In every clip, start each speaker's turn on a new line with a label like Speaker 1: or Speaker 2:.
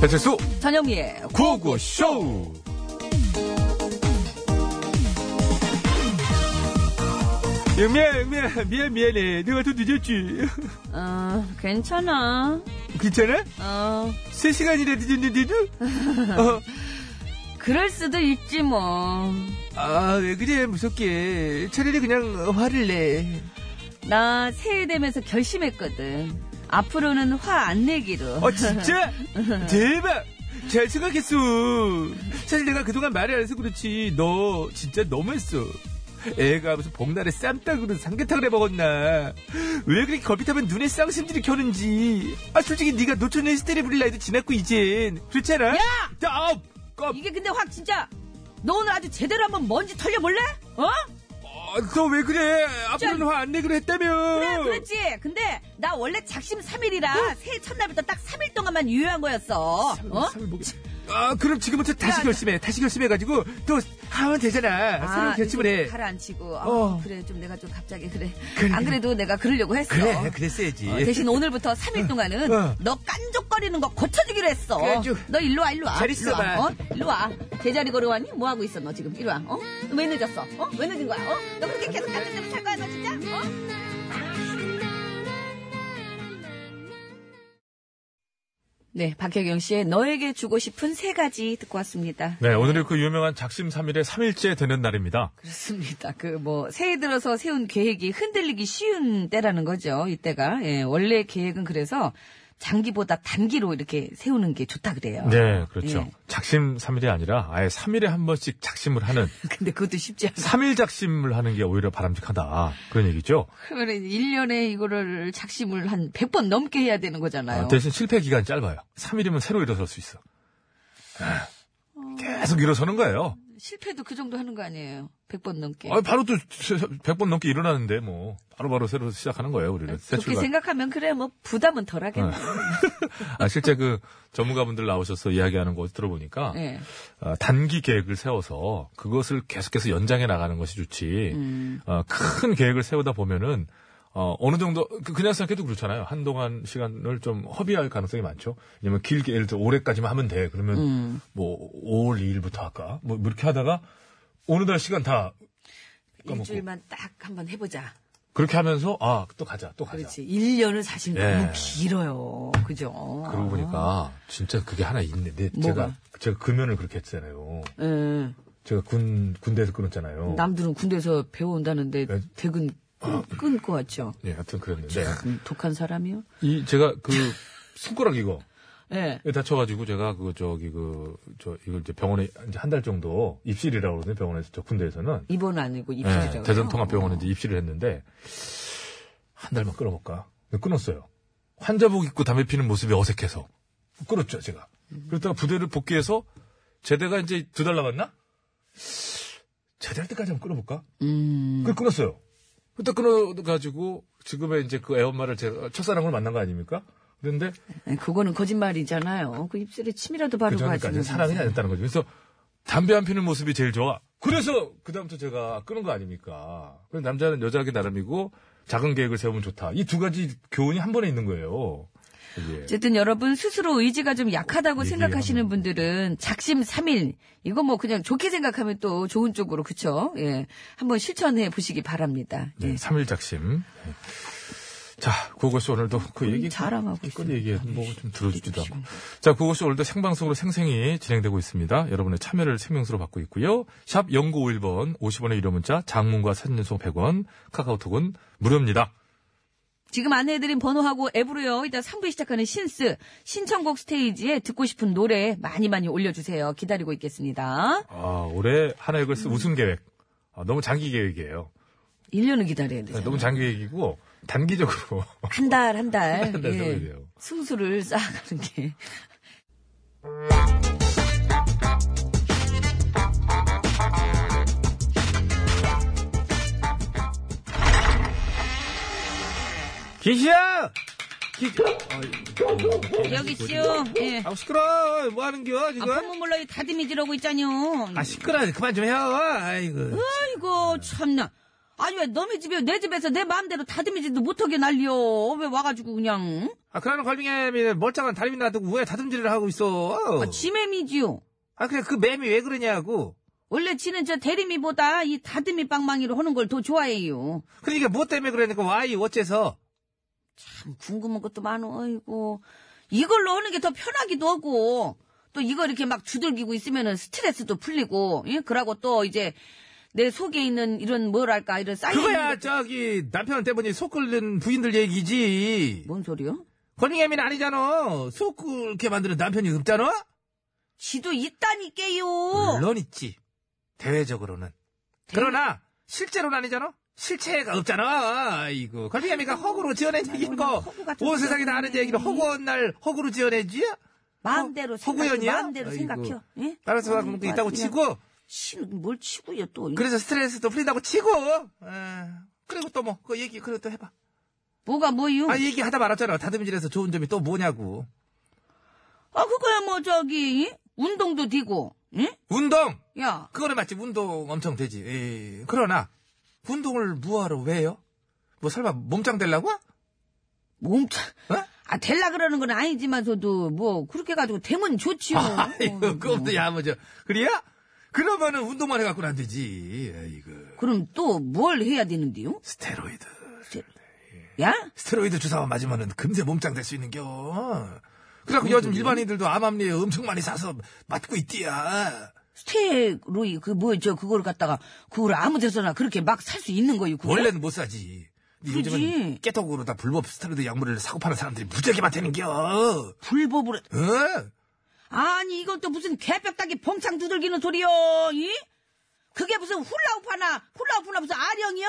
Speaker 1: 배칠수
Speaker 2: 전영미의
Speaker 1: 구호구쇼 예, 미야 미야 미야 미안해 내가 더 늦었지
Speaker 2: 어, 괜찮아.
Speaker 1: 괜찮아?
Speaker 2: 어,
Speaker 1: 3시간이나 늦었는데도? 어,
Speaker 2: 그럴 수도 있지 뭐.
Speaker 1: 아왜 그래 무섭게 차라리 그냥 화를 내
Speaker 2: 나 새해 되면서 결심했거든. 앞으로는 화 안 내기로.
Speaker 1: 어, 진짜? 대박! 잘 생각했어. 사실 내가 그동안 말을 안 해서 그렇지. 너 진짜 너무했어. 애가 무슨 봄날에 쌈닭으로 삼계탕을 해먹었나. 왜 그렇게 걸핏 하면 눈에 쌍심들이 켜는지. 아, 솔직히 네가 노천의 히스테리 부릴 나이도 지났고, 이젠. 그렇지 않아?
Speaker 2: 야!
Speaker 1: 아우! 껍!
Speaker 2: 이게 근데 확 진짜 너 오늘 아주 제대로 한번 먼지 털려볼래? 어?
Speaker 1: 어, 너왜 그래? 앞으로는 화 안 내기로 했다며.
Speaker 2: 네, 그래 그랬지. 근데 나 원래 작심 삼일이라 새해 첫날부터 딱 삼 일 동안만 유효한 거였어. 어?
Speaker 1: 어. 삼일 목에- 아, 그럼 지금부터 다시 결심해. 다시 결심해가지고, 또, 하면 되잖아. 새로운 결심을 해.
Speaker 2: 가라앉히고. 아,
Speaker 1: 어.
Speaker 2: 그래 좀 내가 좀 갑자기 그래. 안 그래도 내가 그러려고 했어.
Speaker 1: 그래, 그랬어야지.
Speaker 2: 어, 대신 오늘부터 3일 동안은
Speaker 1: 어.
Speaker 2: 너 깐족거리는 거 고쳐주기로 했어.
Speaker 1: 그래, 쭉.
Speaker 2: 너 일로 와, 일로 와.
Speaker 1: 잘
Speaker 2: 일로
Speaker 1: 있어봐.
Speaker 2: 와, 어? 일로 와. 제자리 걸어왔니? 뭐 하고 있어, 너 지금? 일로 와. 어? 너왜 늦었어? 어? 왜 늦은 거야? 어? 너 그렇게 계속 깐족 대로 살 거야, 너 진짜? 어? 네, 박혜경 씨의 너에게 주고 싶은 세 가지 듣고 왔습니다.
Speaker 3: 네, 오늘이 그 유명한 작심 삼일의 3일째 되는 날입니다.
Speaker 2: 그렇습니다. 그 뭐 새해 들어서 세운 계획이 흔들리기 쉬운 때라는 거죠. 이때가 예, 원래 계획은 그래서 장기보다 단기로 이렇게 세우는 게 좋다 그래요.
Speaker 3: 네, 그렇죠.
Speaker 2: 예.
Speaker 3: 작심 삼일이 아니라 아예 삼일에한 번씩 작심을 하는,
Speaker 2: 근데 그것도 쉽지 않아.
Speaker 3: 삼일 작심을 하는 게 오히려 바람직하다. 그런 얘기죠.
Speaker 2: 그러면 1년에 이거를 작심을 한 100번 넘게 해야 되는 거잖아요.
Speaker 3: 아, 대신 실패 기간이 짧아요. 삼일이면 새로 일어설 수 있어. 아, 계속 일어서는 거예요.
Speaker 2: 실패도 그 정도 하는 거 아니에요. 100번 넘게.
Speaker 3: 아, 바로 또 100번 넘게 일어나는데 뭐 바로바로 새로 시작하는 거예요, 우리는. 새
Speaker 2: 그렇게
Speaker 3: 출발.
Speaker 2: 아, 생각하면 그래 뭐 부담은 덜하겠네.
Speaker 3: 아, 실제 그 전문가분들 나오셔서 이야기하는 거 들어보니까
Speaker 2: 예.
Speaker 3: 어, 단기 계획을 세워서 그것을 계속해서 연장해 나가는 것이 좋지.
Speaker 2: 음.
Speaker 3: 어, 큰 계획을 세우다 보면은 어, 어느 정도 그- 그냥 생각해도 그렇잖아요. 한동안 시간을 좀 허비할 가능성이 많죠. 왜냐면 길게 예를 들어 올해까지만 하면 돼. 그러면
Speaker 2: 음.
Speaker 3: 뭐 5월 2일부터 할까? 뭐 이렇게 하다가 어느 날 시간 다 까먹고.
Speaker 2: 일주일만 딱 한번 해보자.
Speaker 3: 그렇게 하면서 아 또 가자 또 가자.
Speaker 2: 그렇지. 1년은 사실
Speaker 3: 예.
Speaker 2: 너무 길어요. 그죠?
Speaker 3: 그러고 보니까 진짜 그게 하나 있네. 데 제가
Speaker 2: 아. 뭐가?
Speaker 3: 제가 금연을 그렇게 했잖아요.
Speaker 2: 예.
Speaker 3: 제가 군 군대에서 끊었잖아요.
Speaker 2: 남들은 군대에서 배워온다는데
Speaker 3: 어. 네.
Speaker 2: 대근 끊고 왔죠.
Speaker 3: 예, 하여튼 그랬는데
Speaker 2: 음, 독한 사람이요?
Speaker 3: 이 제가 그 손가락 이거
Speaker 2: 예.
Speaker 3: 예, 다쳐가지고 제가 그 저기 그 저 이걸 이제 병원에 이제 한 달 정도 입실이라고 그러거든요. 병원에서 저 군대에서는
Speaker 2: 입원 아니고 입실이라
Speaker 3: 예, 대전통합병원에 이제 입실을 했는데 한 달만 끊어볼까? 근데 끊었어요. 환자복 입고 담배 피는 모습이 어색해서 끊었죠 제가. 그러다가 부대를 복귀해서 제대가 이제 두 달 남았나? 제대할 때까지 한번 끊어볼까?
Speaker 2: 음.
Speaker 3: 그걸 끊었어요. 그때 끊어가지고 지금의 이제 그 애엄마를 제가 첫사랑으로 만난 거 아닙니까? 그런데
Speaker 2: 아니, 네, 그거는 거짓말이잖아요. 그 입술에 침이라도
Speaker 3: 그
Speaker 2: 바르고
Speaker 3: 전까지 사랑이 안 됐다는 거죠. 그래서 담배 안 피는 모습이 제일 좋아. 그래서 그다음부터 제가 끊은 거 아닙니까? 그래서 남자는 여자하기 나름이고 작은 계획을 세우면 좋다. 이 두 가지 교훈이 한 번에 있는 거예요. 이게.
Speaker 2: 어쨌든 여러분 스스로 의지가 좀 약하다고
Speaker 3: 얘기하는
Speaker 2: 생각하시는
Speaker 3: 거.
Speaker 2: 분들은 작심 삼일 이거 뭐 그냥 좋게 생각하면 또 좋은 쪽으로 그쵸? 예. 한번 실천해 보시기 바랍니다. 예.
Speaker 3: 네, 3일 작심. 네. 자, 그것이 오늘도 그 얘기.
Speaker 2: 음, 자랑하고
Speaker 3: 끝
Speaker 2: 있어요.
Speaker 3: 얘기 뭐좀 들어주지도 않고. 자, 그것이 오늘도 생방송으로 생생히 진행되고 있습니다. 여러분의 참여를 생명수로 받고 있고요. 샵 0951번 50원의 유료 문자 장문과 사진 연속 100원 카카오톡은 무료입니다.
Speaker 2: 지금 안내해드린 번호하고 앱으로요. 이따 3부에 시작하는 신스 신청곡 스테이지에 듣고 싶은 노래 많이 많이 올려주세요. 기다리고 있겠습니다.
Speaker 3: 아, 올해 하나 이걸 쓰 우승 계획. 아, 너무 장기 계획이에요.
Speaker 2: 1년은 기다려야
Speaker 3: 네,
Speaker 2: 되죠.
Speaker 3: 너무 장기 계획이고, 단기적으로.
Speaker 2: 한 달, 한 달.
Speaker 3: 한달
Speaker 2: 예.
Speaker 3: 세워야 돼요.
Speaker 2: 승수를 쌓아가는 게.
Speaker 1: 기시야! 기,
Speaker 3: 어,
Speaker 2: 여기 씨요. 예.
Speaker 1: 아우, 시끄러워. 뭐 하는 겨, 지금?
Speaker 2: 아픔은 몰라 이
Speaker 3: 아,
Speaker 2: 다듬이질하고 있잖요.
Speaker 1: 아, 시끄러워. 그만 좀 해. 아이고.
Speaker 2: 아이고 참나. 아니 왜 너네 집이 내 집에서 내 마음대로 다듬이지도 못하게 날려 왜 와가지고 그냥
Speaker 1: 아, 그러는 걸빙애미는 멀쩡한 다리미 놔두고 왜 다듬질을 하고 있어?
Speaker 2: 아, 지매미지요
Speaker 1: 아, 그래, 그 매미 왜 그러냐고.
Speaker 2: 원래 지는 저 대리미보다 이 다듬이 빵망이로 하는 걸 더 좋아해요
Speaker 1: 그러니까 뭐 때문에 그러니까 와이 어째서?
Speaker 2: 참 궁금한 것도 많어 아이고 이걸로 하는 게 더 편하기도 하고 또 이거 이렇게 막 두들기고 있으면은 스트레스도 풀리고 예? 그러고 또 이제 내 속에 있는 이런 뭐랄까 이런 쌓여
Speaker 1: 그거야 저기 남편 때문에 속 끓는 부인들 얘기지.
Speaker 2: 뭔 소리요?
Speaker 1: 걸빙애미는 아니잖아. 속 끓게 만드는 남편이 없잖아.
Speaker 2: 지도 있다니까요
Speaker 1: 물론 있지. 대외적으로는. 그러나 실제로는 아니잖아. 실체가 없잖아. 이거 걸빙애미가 허구로 지어낸 얘기인 거.
Speaker 2: 허구 같은
Speaker 1: 온
Speaker 2: 소리
Speaker 1: 세상이 다 아는
Speaker 2: 하네.
Speaker 1: 얘기를 허구한 날 허구로 지어내지?
Speaker 2: 마음대로
Speaker 1: 어,
Speaker 2: 생각해
Speaker 1: 허구연이야?
Speaker 2: 마음대로
Speaker 1: 아이고.
Speaker 2: 생각해요 예?
Speaker 1: 따라서
Speaker 2: 아이고,
Speaker 1: 그런 도 있다고
Speaker 2: 아주 그냥
Speaker 1: 치고
Speaker 2: 치는 뭘 치고요 또
Speaker 1: 그래서 스트레스도 풀린다고 치고 에, 그리고 또 뭐 그 얘기 그리고 또 해봐.
Speaker 2: 뭐가 뭐요?
Speaker 1: 아
Speaker 2: 아
Speaker 1: 얘기하다 말았잖아. 다듬질에서 좋은 점이 또 뭐냐고.
Speaker 2: 그거야 뭐 저기 예? 운동도 되고 예?
Speaker 1: 운동.
Speaker 2: 야
Speaker 1: 그거는 맞지. 운동 엄청 되지. 예, 그러나 운동을 무하러 왜요? 뭐 설마 몸짱 되려고?
Speaker 2: 몸짱
Speaker 1: 어?
Speaker 2: 아 될라 그러는 건 아니지만 저도 뭐 그렇게 가지고 되면 좋지요
Speaker 1: 아이고,
Speaker 2: 어이구. 뭐.
Speaker 1: 그것도 야무져. 뭐 그래야? 그러면은 운동만 해갖고는 안 되지. 아이고.
Speaker 2: 그럼 또 뭘 해야 되는데요?
Speaker 1: 스테로이드.
Speaker 2: 야?
Speaker 1: 스테로이드 주사만 맞으면은 금세 몸짱 될 수 있는 겨. 그래갖고 요즘 일반인들도 암암리에 엄청 많이 사서 맞고 있디야.
Speaker 2: 스테로이 그 뭐 저 그걸 갖다가 그걸 아무 데서나 그렇게 막 살 수 있는 거요 그거?
Speaker 1: 원래는 못 사지. 근데
Speaker 2: 그지.
Speaker 1: 요즘은 깨톡으로 다 불법 스테로이드 약물을 사고 파는 사람들이 무지하게 많다는 겨. 어?
Speaker 2: 불법으로
Speaker 1: 응?
Speaker 2: 아니 이것도 무슨 개뼈딱이 봉창 두들기는 소리요 이? 그게 무슨 훌라후프 하나 훌라후프 나 무슨 아령이요?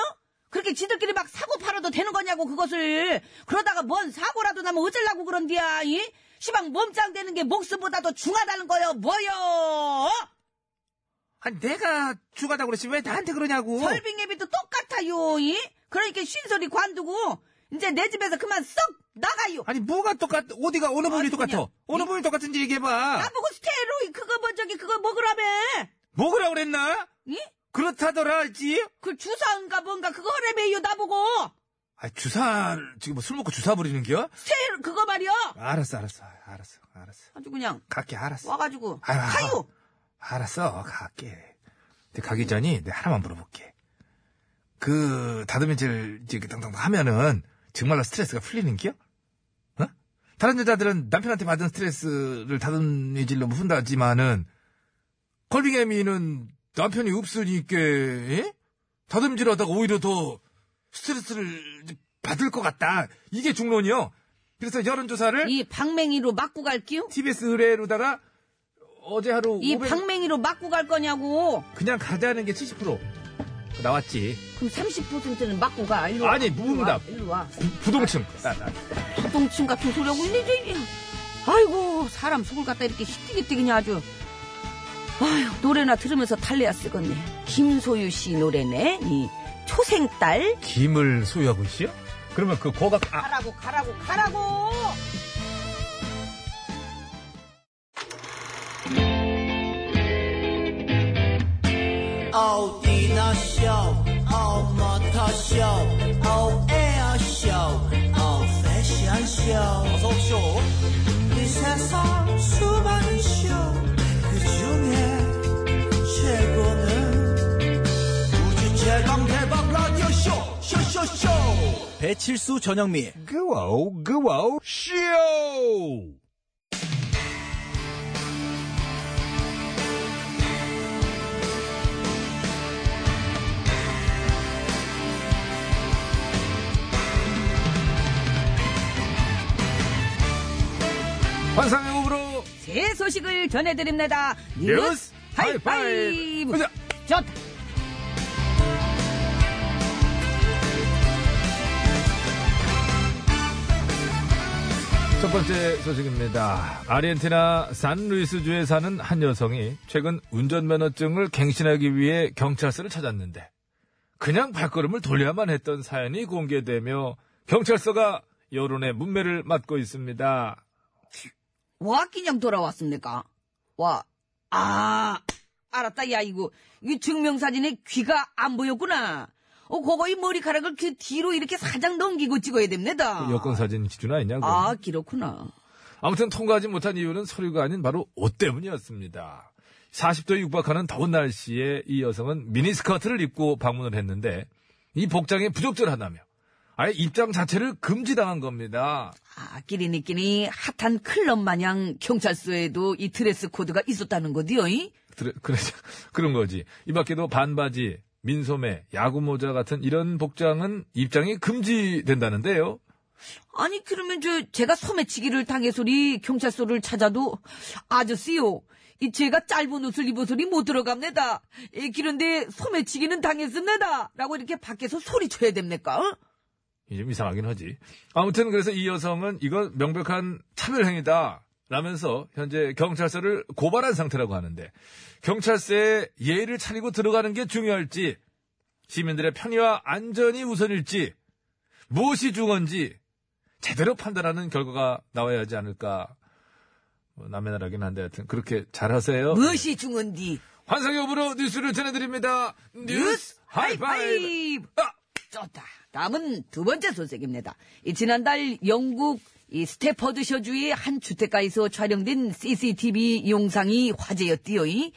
Speaker 2: 그렇게 지들끼리 막 사고 팔아도 되는 거냐고 그것을 그러다가 뭔 사고라도 나면 어쩌려고 그런디야 이? 시방 몸짱 되는 게 목숨보다도 중하다는 거요 어? 뭐요
Speaker 1: 아니, 내가 죽하다고 그랬지. 왜 나한테 그러냐고.
Speaker 2: 설빙예비도 똑같아요 이? 그러니까 쉰소리 관두고 이제 내 집에서 그만 썩 나가요
Speaker 1: 아니, 뭐가 똑같, 어디가, 어느 부분이
Speaker 2: 아니, 그냥
Speaker 1: 똑같아? 어느 부분이 똑같은지 얘기해봐.
Speaker 2: 나보고 스테로이 그거 뭐 저기 그거 먹으라며
Speaker 1: 뭐 그라 그랬나?
Speaker 2: 이?
Speaker 1: 그렇다더라, 했지?
Speaker 2: 그 주사인가 뭔가 그거 하래매요 나보고
Speaker 1: 아, 주사를, 지금 뭐 술 먹고 주사 부리는 겨?
Speaker 2: 새 그거 말이야
Speaker 1: 알았어, 알았어, 알았어, 알았어.
Speaker 2: 아주 그냥
Speaker 1: 갈게, 알았어.
Speaker 2: 와가지고
Speaker 1: 아유, 아유.
Speaker 2: 하유
Speaker 1: 알았어, 갈게. 근데 가기 전이 내가 하나만 물어볼게. 그, 다듬이질, 이렇게 당당당 하면은, 정말로 스트레스가 풀리는 겨? 어? 다른 여자들은 남편한테 받은 스트레스를 다듬이질로 뭐 푼다지만은, 컬빙애미는 남편이 없으니까, 예? 다듬질 하다가 오히려 더 스트레스를 받을 것 같다. 이게 중론이요. 그래서 여론조사를
Speaker 2: 이 방맹이로 맞고 갈게요
Speaker 1: TBS 의뢰로다가 어제 하루
Speaker 2: 이
Speaker 1: 500
Speaker 2: 방맹이로 맞고 갈 거냐고
Speaker 1: 그냥 가자는 게 70% 나왔지.
Speaker 2: 그럼 30%는 맞고 가 일로
Speaker 1: 아니, 무응답.
Speaker 2: 와, 일로 와
Speaker 1: 부, 동층
Speaker 2: 부동층 같은 소리하고 있네 이제. 아이고 사람 속을 갖다 이렇게 히티기티 그냥 아주 아휴 노래나 들으면서 달래야 쓰겠네 김소유 씨 노래네 이 초생딸
Speaker 3: 김을 소유하고 있어요? 그러면 그 고각 아,
Speaker 2: 가라고 가라고 가라고
Speaker 4: all dinner show, all motor show, all air show, all fashion show. 어서 오쇼. 이 세상 수많은 쇼, 그 중에 최고는 우주 최강 대박 라디오 쇼, 쇼쇼쇼. 배칠수 전영미.
Speaker 3: 그와우 그와우 쇼
Speaker 1: 환상의 호불호
Speaker 2: 새 소식을 전해드립니다.
Speaker 1: 뉴스
Speaker 2: 뉴스
Speaker 1: 하이파이브.
Speaker 2: 하이파이브.
Speaker 1: 가자.
Speaker 2: 좋다.
Speaker 3: 첫 번째 소식입니다. 아르헨티나 산루이스주에 사는 한 여성이 최근 운전면허증을 갱신하기 위해 경찰서를 찾았는데 그냥 발걸음을 돌려야만 했던 사연이 공개되며 경찰서가 여론의 문매를 맞고 있습니다.
Speaker 2: 와 기념 돌아왔습니까? 와. 아 알았다. 야 이거 이 증명사진에 귀가 안 보였구나. 어, 그거 이 머리카락을 그 뒤로 이렇게 사장 넘기고 찍어야 됩니다.
Speaker 3: 그 여권 사진 기준 아니냐? 그건?
Speaker 2: 아, 그렇구나.
Speaker 3: 아무튼 통과하지 못한 이유는 서류가 아닌 바로 옷 때문이었습니다. 40도에 육박하는 더운 날씨에 이 여성은 미니스커트를 입고 방문을 했는데 이 복장이 부적절하다며 아예 입장 자체를 금지당한 겁니다.
Speaker 2: 아, 끼리니끼니 핫한 클럽 마냥 경찰서에도 이 드레스 코드가 있었다는 거디요, 이?
Speaker 3: 그래, 그래, 그런 거지. 이 밖에도 반바지, 민소매, 야구모자 같은 이런 복장은 입장이 금지된다는데요.
Speaker 2: 아니, 그러면 저, 제가 소매치기를 당해서리 경찰서를 찾아도, 아저씨요. 이 제가 짧은 옷을 입어서리 못 들어갑니다. 이 그런데 소매치기는 당했습니다. 라고 이렇게 밖에서 소리쳐야 됩니까? 어?
Speaker 3: 이게 좀 이상하긴 하지. 아무튼 그래서 이 여성은 이건 명백한 차별행위다. 라면서 현재 경찰서를 고발한 상태라고 하는데 경찰서에 예의를 차리고 들어가는 게 중요할지 시민들의 편의와 안전이 우선일지 무엇이 중요한지 제대로 판단하는 결과가 나와야 하지 않을까 뭐 남의 나라긴 한데 하여튼 그렇게 잘하세요.
Speaker 2: 어? 무엇이 중헌디?
Speaker 3: 환상의 오브로 뉴스를 전해드립니다. 뉴스 하이파이브 아!
Speaker 2: 좋다. 다음은 두 번째 소식입니다. 이 지난달 영국 이 스태퍼드셔주의 한 주택가에서 촬영된 CCTV 영상이 화제였디요. 이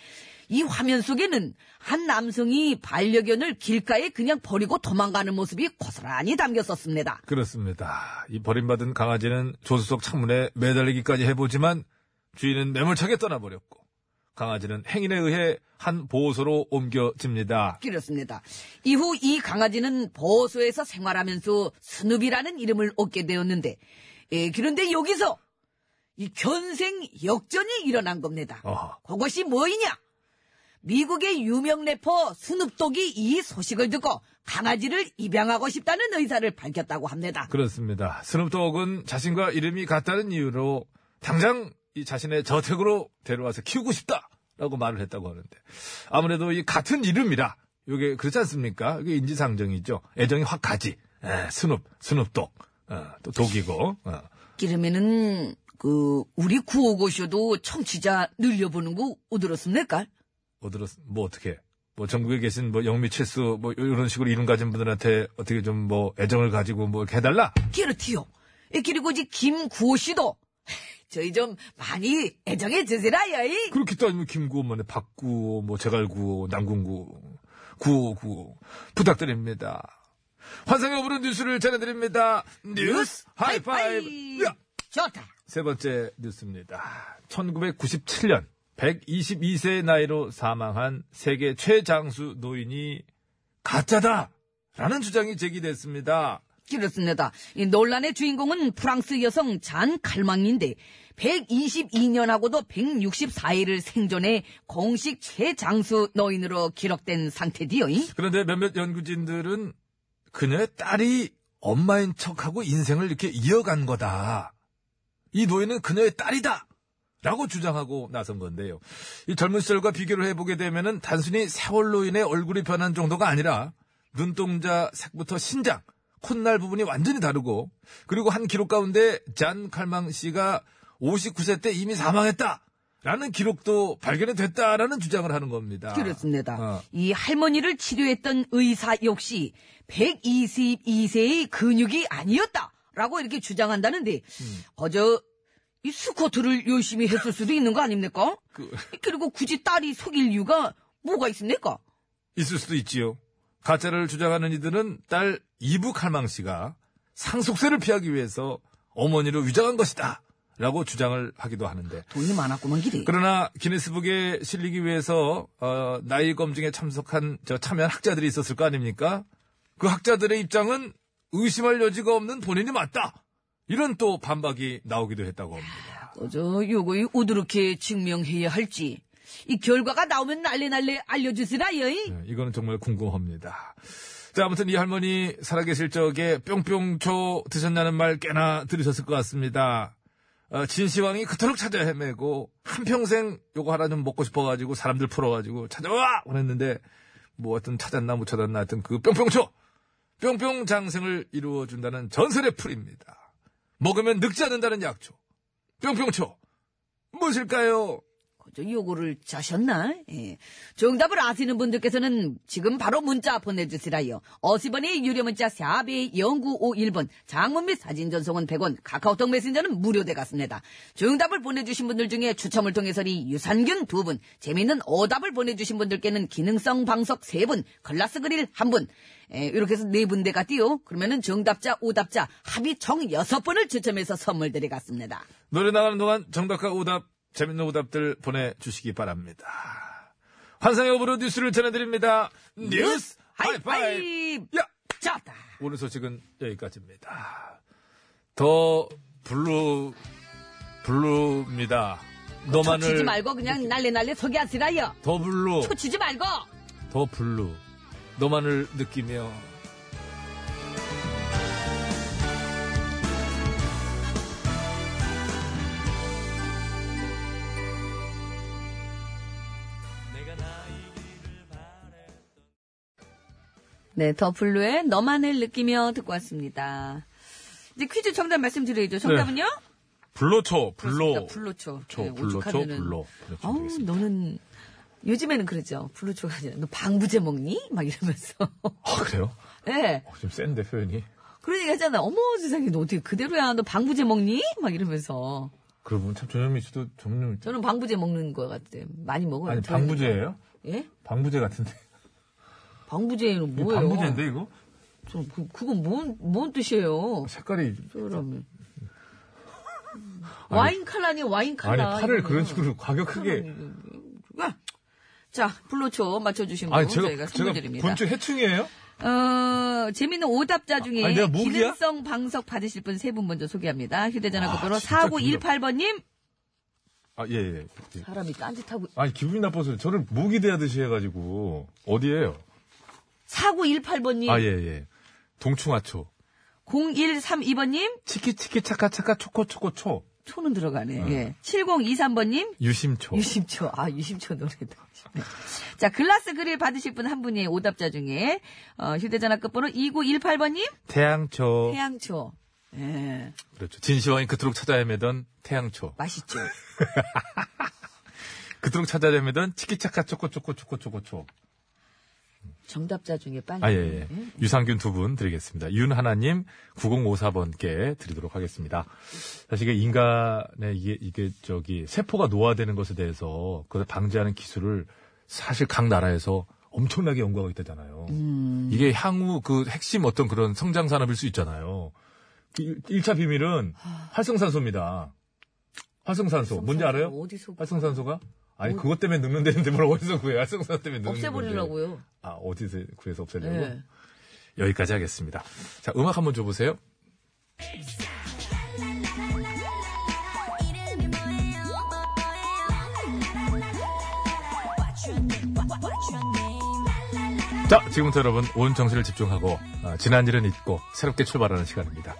Speaker 2: 이 화면 속에는 한 남성이 반려견을 길가에 그냥 버리고 도망가는 모습이 고스란히 담겼었습니다.
Speaker 3: 그렇습니다. 이 버림받은 강아지는 조수석 창문에 매달리기까지 해보지만 주인은 매몰차게 떠나버렸고 강아지는 행인에 의해 한 보호소로 옮겨집니다.
Speaker 2: 그렇습니다. 이후 이 강아지는 보호소에서 생활하면서 스눕이라는 이름을 얻게 되었는데, 예, 그런데 여기서 이 견생 역전이 일어난 겁니다.
Speaker 3: 어허.
Speaker 2: 그것이 뭐이냐? 미국의 유명 래퍼 스눕독이 이 소식을 듣고 강아지를 입양하고 싶다는 의사를 밝혔다고 합니다.
Speaker 3: 그렇습니다. 스눕독은 자신과 이름이 같다는 이유로 당장 이 자신의 저택으로 데려와서 키우고 싶다라고 말을 했다고 하는데 아무래도 이 같은 이름이라 이게 그렇지 않습니까? 이게 인지상정이죠. 애정이 확 가지. 에, 스눕, 스눕독. 어, 또 독이고. 어.
Speaker 2: 그러면은 그 우리 구호고쇼도 청취자 늘려보는 거 어들었습니까?
Speaker 3: 뭐 들었, 뭐 어떻게, 뭐 전국에 계신 뭐 영미 최수 뭐 이런 식으로 이름 가진 분들한테 어떻게 좀 뭐 애정을 가지고 뭐 이렇게 해달라?
Speaker 2: 그렇지요. 이, 그리고 이제 김구호 씨도 저희 좀 많이 애정해 주세라요. 이.
Speaker 3: 그렇게 따지면 김구호, 뭐 박구호, 뭐 제갈구호, 남궁구호, 구호구호 부탁드립니다. 환상의 오브른 뉴스를 전해드립니다. 뉴스 하이파이브! 야!
Speaker 2: 좋다.
Speaker 3: 세 번째 뉴스입니다. 1997년 122세의 나이로 사망한 세계 최장수 노인이 가짜다! 라는 주장이 제기됐습니다.
Speaker 2: 그렇습니다. 이 논란의 주인공은 프랑스 여성 잔 칼망인데 122년하고도 164일을 생존해 공식 최장수 노인으로 기록된 상태디요. 이.
Speaker 3: 그런데 몇몇 연구진들은 그녀의 딸이 엄마인 척하고 인생을 이렇게 이어간 거다. 이 노인은 그녀의 딸이다! 라고 주장하고 나선 건데요. 이 젊은 시절과 비교를 해보게 되면은 단순히 세월로 인해 얼굴이 변한 정도가 아니라 눈동자 색부터 신장, 콧날 부분이 완전히 다르고 그리고 한 기록 가운데 잔 칼망 씨가 59세 때 이미 사망했다! 라는 기록도 발견이 됐다라는 주장을 하는 겁니다.
Speaker 2: 그렇습니다.
Speaker 3: 어.
Speaker 2: 이 할머니를 치료했던 의사 역시 122세의 근육이 아니었다. 라고 이렇게 주장한다는데,
Speaker 3: 음.
Speaker 2: 어저, 이 스쿼트를 열심히 했을 수도 있는 거 아닙니까?
Speaker 3: 그-
Speaker 2: 그리고 굳이 딸이 속일 이유가 뭐가 있습니까?
Speaker 3: 있을 수도 있지요. 가짜를 주장하는 이들은 딸 이부 칼망 씨가 상속세를 피하기 위해서 어머니로 위장한 것이다. 라고 주장을 하기도 하는데.
Speaker 2: 돈이 많았구만, 기래.
Speaker 3: 그러나 기네스북에 실리기 위해서 어, 나이 검증에 참석한 저 참여한 학자들이 있었을 거 아닙니까? 그 학자들의 입장은 의심할 여지가 없는 본인이 맞다. 이런 또 반박이 나오기도 했다고 합니다.
Speaker 2: 어저, 요거 이 어떻게 증명해야 할지. 이 결과가 나오면 날래날래 알려주시라요.
Speaker 3: 네, 이거는 정말 궁금합니다. 자, 아무튼 이 할머니 살아계실 적에 뿅뿅초 드셨냐는 말 꽤나 들으셨을 것 같습니다. 어, 진시황이 그토록 찾아 헤매고 한평생 요거 하나 좀 먹고 싶어가지고 사람들 풀어가지고 찾아와! 그랬는데 뭐 하여튼 찾았나 못 찾았나 하여튼 그 뿅뿅초! 뿅뿅장생을 이루어준다는 전설의 풀입니다. 먹으면 늙지 않는다는 약초. 뿅뿅초. 무엇일까요?
Speaker 2: 그저 요거를 짜셨나? 예. 정답을 아시는 분들께서는 지금 바로 문자 보내주시라요. 50원의 유료 문자 샵이 0951번, 장문 및 사진 전송은 100원, 카카오톡 메신저는 무료돼 갔습니다. 정답을 보내주신 분들 중에 추첨을 통해서니 유산균 2분, 재미있는 오답을 보내주신 분들께는 기능성 방석 3분, 글라스 그릴 1분, 예, 이렇게 해서 네 분대가 띄요. 그러면은 정답자, 오답자 합이 총 여섯 분을 추첨해서 선물 드리겠습니다.
Speaker 3: 노래 나가는 동안 정답과 오답, 재밌는 오답들 보내주시기 바랍니다. 환상의 오브로 뉴스를 전해드립니다. 뉴스 하이파이브! 야!
Speaker 2: 잡다.
Speaker 3: 오늘 소식은 여기까지입니다. 더 블루, 블루입니다.
Speaker 2: 초치지
Speaker 3: 너만을
Speaker 2: 말고 그냥 날래 날래 소개하시라요.
Speaker 3: 더 블루,
Speaker 2: 초치지 말고.
Speaker 3: 더 블루. 너만을 느끼며
Speaker 2: 네, 더 블루의 너만을 느끼며 듣고 왔습니다. 이제 퀴즈 정답 말씀드려야죠. 정답은요?
Speaker 3: 네. 블로초, 블로.
Speaker 2: 그렇습니다. 블로초.
Speaker 3: 초,
Speaker 2: 네,
Speaker 3: 블로초,
Speaker 2: 오죽하면은.
Speaker 3: 블로. 이렇게
Speaker 2: 어우,
Speaker 3: 되겠습니다.
Speaker 2: 너는 요즘에는 그러죠. 블루초가 아니라 너 방부제 먹니? 막 이러면서.
Speaker 3: 아, 그래요?
Speaker 2: 네.
Speaker 3: 어, 좀 센데, 표현이.
Speaker 2: 그런 얘기 하잖아. 어머 세상에 너 어떻게 그대로야. 너 방부제 먹니? 막 이러면서.
Speaker 3: 그러고 보면 참 전현미 씨도 점점.
Speaker 2: 저는 방부제 먹는 거 같아요. 많이 먹어요.
Speaker 3: 아니,
Speaker 2: 저는.
Speaker 3: 방부제예요?
Speaker 2: 예?
Speaker 3: 방부제 같은데.
Speaker 2: 방부제는
Speaker 3: 이게
Speaker 2: 뭐예요?
Speaker 3: 방부제인데, 이거?
Speaker 2: 저 그, 그건 뭔, 뭔 뜻이에요?
Speaker 3: 색깔이.
Speaker 2: 그러면. 와인 칼라 아니에요, 와인
Speaker 3: 아니,
Speaker 2: 칼라.
Speaker 3: 팔을
Speaker 2: 이거는.
Speaker 3: 그런 식으로 과격하게.
Speaker 2: 와. 자, 블로초 맞춰주신 분
Speaker 3: 아니,
Speaker 2: 저희가
Speaker 3: 제가, 제가
Speaker 2: 선물 드립니다.
Speaker 3: 본주 해충이에요?
Speaker 2: 어, 재밌는 오답자 중에
Speaker 3: 아니, 내가 무기야?
Speaker 2: 기능성 방석 받으실 분 세 분 먼저 소개합니다. 휴대전화
Speaker 3: 아,
Speaker 2: 번호
Speaker 3: 진짜
Speaker 2: 4918번님.
Speaker 3: 아, 예, 예. 예.
Speaker 2: 사람이 딴짓하고.
Speaker 3: 아니, 기분이 나빠서 저를 목이 대하듯이 해가지고. 어디에요?
Speaker 2: 4918번님.
Speaker 3: 아, 예, 예. 동충하초.
Speaker 2: 0132번님.
Speaker 3: 치키치키 차카차카 초코초코초.
Speaker 2: 초는 들어가네.
Speaker 3: 아.
Speaker 2: 예. 7023번님.
Speaker 3: 유심초.
Speaker 2: 유심초. 아, 유심초 노래다. 네. 자, 글라스 그릴 받으실 분 한 분이 오답자 중에, 어, 휴대전화 끝번호 2918번님.
Speaker 3: 태양초.
Speaker 2: 태양초. 예.
Speaker 3: 그렇죠. 진시황이 그토록 찾아 헤매던 태양초.
Speaker 2: 맛있죠.
Speaker 3: 그토록 찾아 헤매던 치키차카 초코초코초코초코초.
Speaker 2: 정답자 중에 빨리.
Speaker 3: 아, 예, 예. 유산균 두 분 드리겠습니다. 윤하나님 9054번께 드리도록 하겠습니다. 사실 이게 인간의 이게, 이게 저기 세포가 노화되는 것에 대해서 그걸 방지하는 기술을 사실 각 나라에서 엄청나게 연구하고 있다잖아요.
Speaker 2: 음.
Speaker 3: 이게 향후 그 핵심 어떤 그런 성장 산업일 수 있잖아요. 1차 비밀은 활성산소입니다. 활성산소. 뭐, 뭔지 알아요?
Speaker 2: 어디서.
Speaker 3: 활성산소가? 아니, 그것 때문에 늙는다는데 뭘 어디서 구해요? 활성산소 때문에 늙는 건데.
Speaker 2: 없애버리려고요.
Speaker 3: 아, 어디서 구해서 없애려고?
Speaker 2: 예.
Speaker 3: 여기까지 하겠습니다. 자, 음악 한번 줘보세요. 자, 지금부터 여러분 온 정신을 집중하고 아, 지난 일은 잊고 새롭게 출발하는 시간입니다.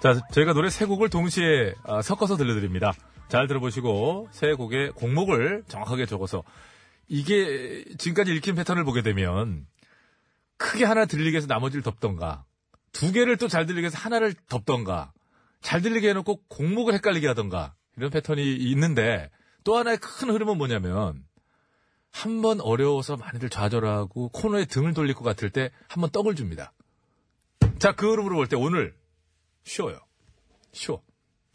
Speaker 3: 자, 저희가 노래 세 곡을 동시에 아, 섞어서 들려드립니다. 잘 들어보시고 세 곡의 곡목을 정확하게 적어서 이게 지금까지 읽힌 패턴을 보게 되면 크게 하나 들리게 해서 나머지를 덮던가 두 개를 또 잘 들리게 해서 하나를 덮던가 잘 들리게 해놓고 곡목을 헷갈리게 하던가 이런 패턴이 있는데 또 하나의 큰 흐름은 뭐냐면 한 번 어려워서 많이들 좌절하고 코너에 등을 돌릴 것 같을 때 한 번 떡을 줍니다. 자, 그 흐름으로 볼 때 오늘 쉬워요. 쉬워.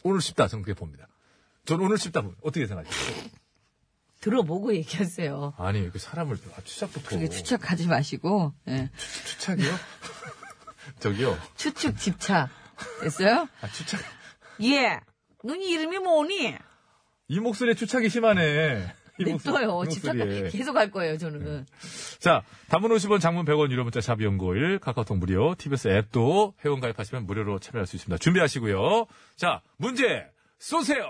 Speaker 3: 오늘 쉽다. 저는 그렇게 봅니다. 저는 오늘 쉽다. 보면 어떻게 생각하세요?
Speaker 2: 들어보고 얘기하세요.
Speaker 3: 아니, 그 사람을 아, 추측부터.
Speaker 2: 그게 추측하지 마시고, 예.
Speaker 3: 추측이요? 저기요.
Speaker 2: 추측 집착. 됐어요?
Speaker 3: 아, 추측.
Speaker 2: 예. 눈이 이름이 뭐니?
Speaker 3: 이 목소리에 추착이 심하네. 이 목소-
Speaker 2: 냅둬요.
Speaker 3: 이
Speaker 2: 집착
Speaker 3: 목소리에. 네.
Speaker 2: 계속 할 거예요, 저는.
Speaker 3: 자, 단문 50원, 장문 100원, 유료 문자 샵 연구일, 카카오톡 무료, TBS 앱도 회원 가입하시면 무료로 참여할 수 있습니다. 준비하시고요. 자, 문제 쏘세요.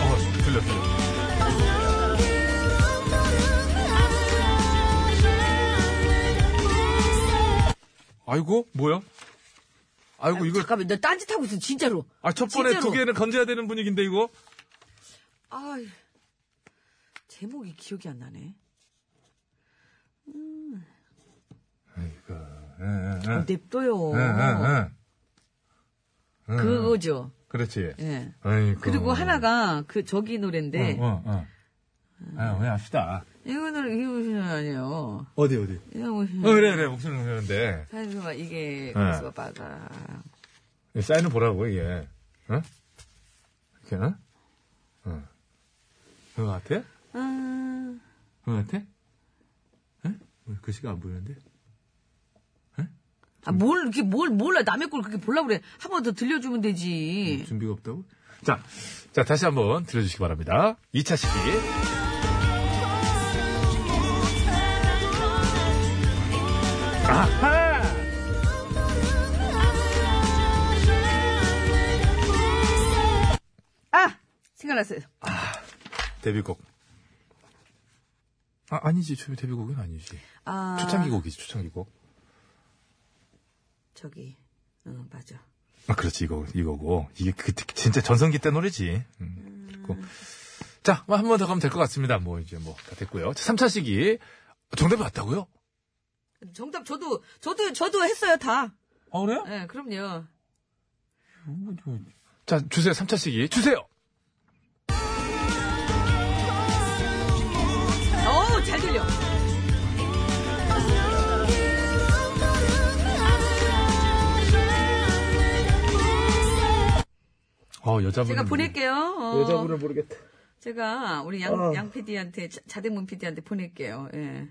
Speaker 3: 어, 들렸어요. 아이고, 뭐야? 아이고, 이걸
Speaker 2: 잠깐만, 나 딴짓하고 있어, 진짜로.
Speaker 3: 아, 첫 번에
Speaker 2: 진짜로.
Speaker 3: 두 개는 건져야 되는 분위기인데 이거.
Speaker 2: 아 제목이 기억이 안 나네. 음.
Speaker 3: 예,
Speaker 2: 아, 냅둬요. 그거죠.
Speaker 3: 그렇지.
Speaker 2: 예.
Speaker 3: 아이고.
Speaker 2: 그리고 하나가 그 저기 노래인데
Speaker 3: 음. 어, 어. 아, 왜 합시다.
Speaker 2: 이거는 이거 보시면 아니에요.
Speaker 3: 어디, 어디?
Speaker 2: 이거 보시면
Speaker 3: 어, 네. 그래, 그래. 목소리는 그러는데.
Speaker 2: 사이즈가 이게 가수가 빠다.
Speaker 3: 사인을 보라고, 이게. 응? 이렇게, 응? 응. 그거 같아?
Speaker 2: 아,
Speaker 3: 그거 같아? 응? 왜 글씨가 안 보이는데?
Speaker 2: 아, 뭘 이렇게 뭘 몰라 남의 걸 그렇게 보려고 그래. 한 번 더 들려주면 되지.
Speaker 3: 준비가 없다고? 자, 자, 다시 한번 들려주시기 바랍니다. 2차 시기. 아하!
Speaker 2: 아 생각났어요.
Speaker 3: 데뷔곡. 아, 아니지. 저 데뷔곡은 아니지.
Speaker 2: 아
Speaker 3: 초창기 곡이지, 초창기 곡.
Speaker 2: 저기 어 맞아.
Speaker 3: 아, 그렇지. 이거, 이거고. 이게 그, 진짜 전성기 때 노래지. 음, 그렇고. 자, 뭐 한 번 더 가면 될 것 같습니다. 뭐, 이제 뭐, 다 됐고요. 3차 시기. 정답이 맞다고요?
Speaker 2: 정답 저도 저도 저도 했어요 다.
Speaker 3: 아, 그래요?
Speaker 2: 예 그럼요.
Speaker 3: 자, 주세요. 3차 시기. 주세요!
Speaker 2: 어우 잘 들려.
Speaker 3: 어, 여자분.
Speaker 2: 제가 보낼게요. 어,
Speaker 3: 모르겠다.
Speaker 2: 제가 우리 양,
Speaker 3: 어.
Speaker 2: 양 PD한테, 자대문 PD한테 보낼게요. 예.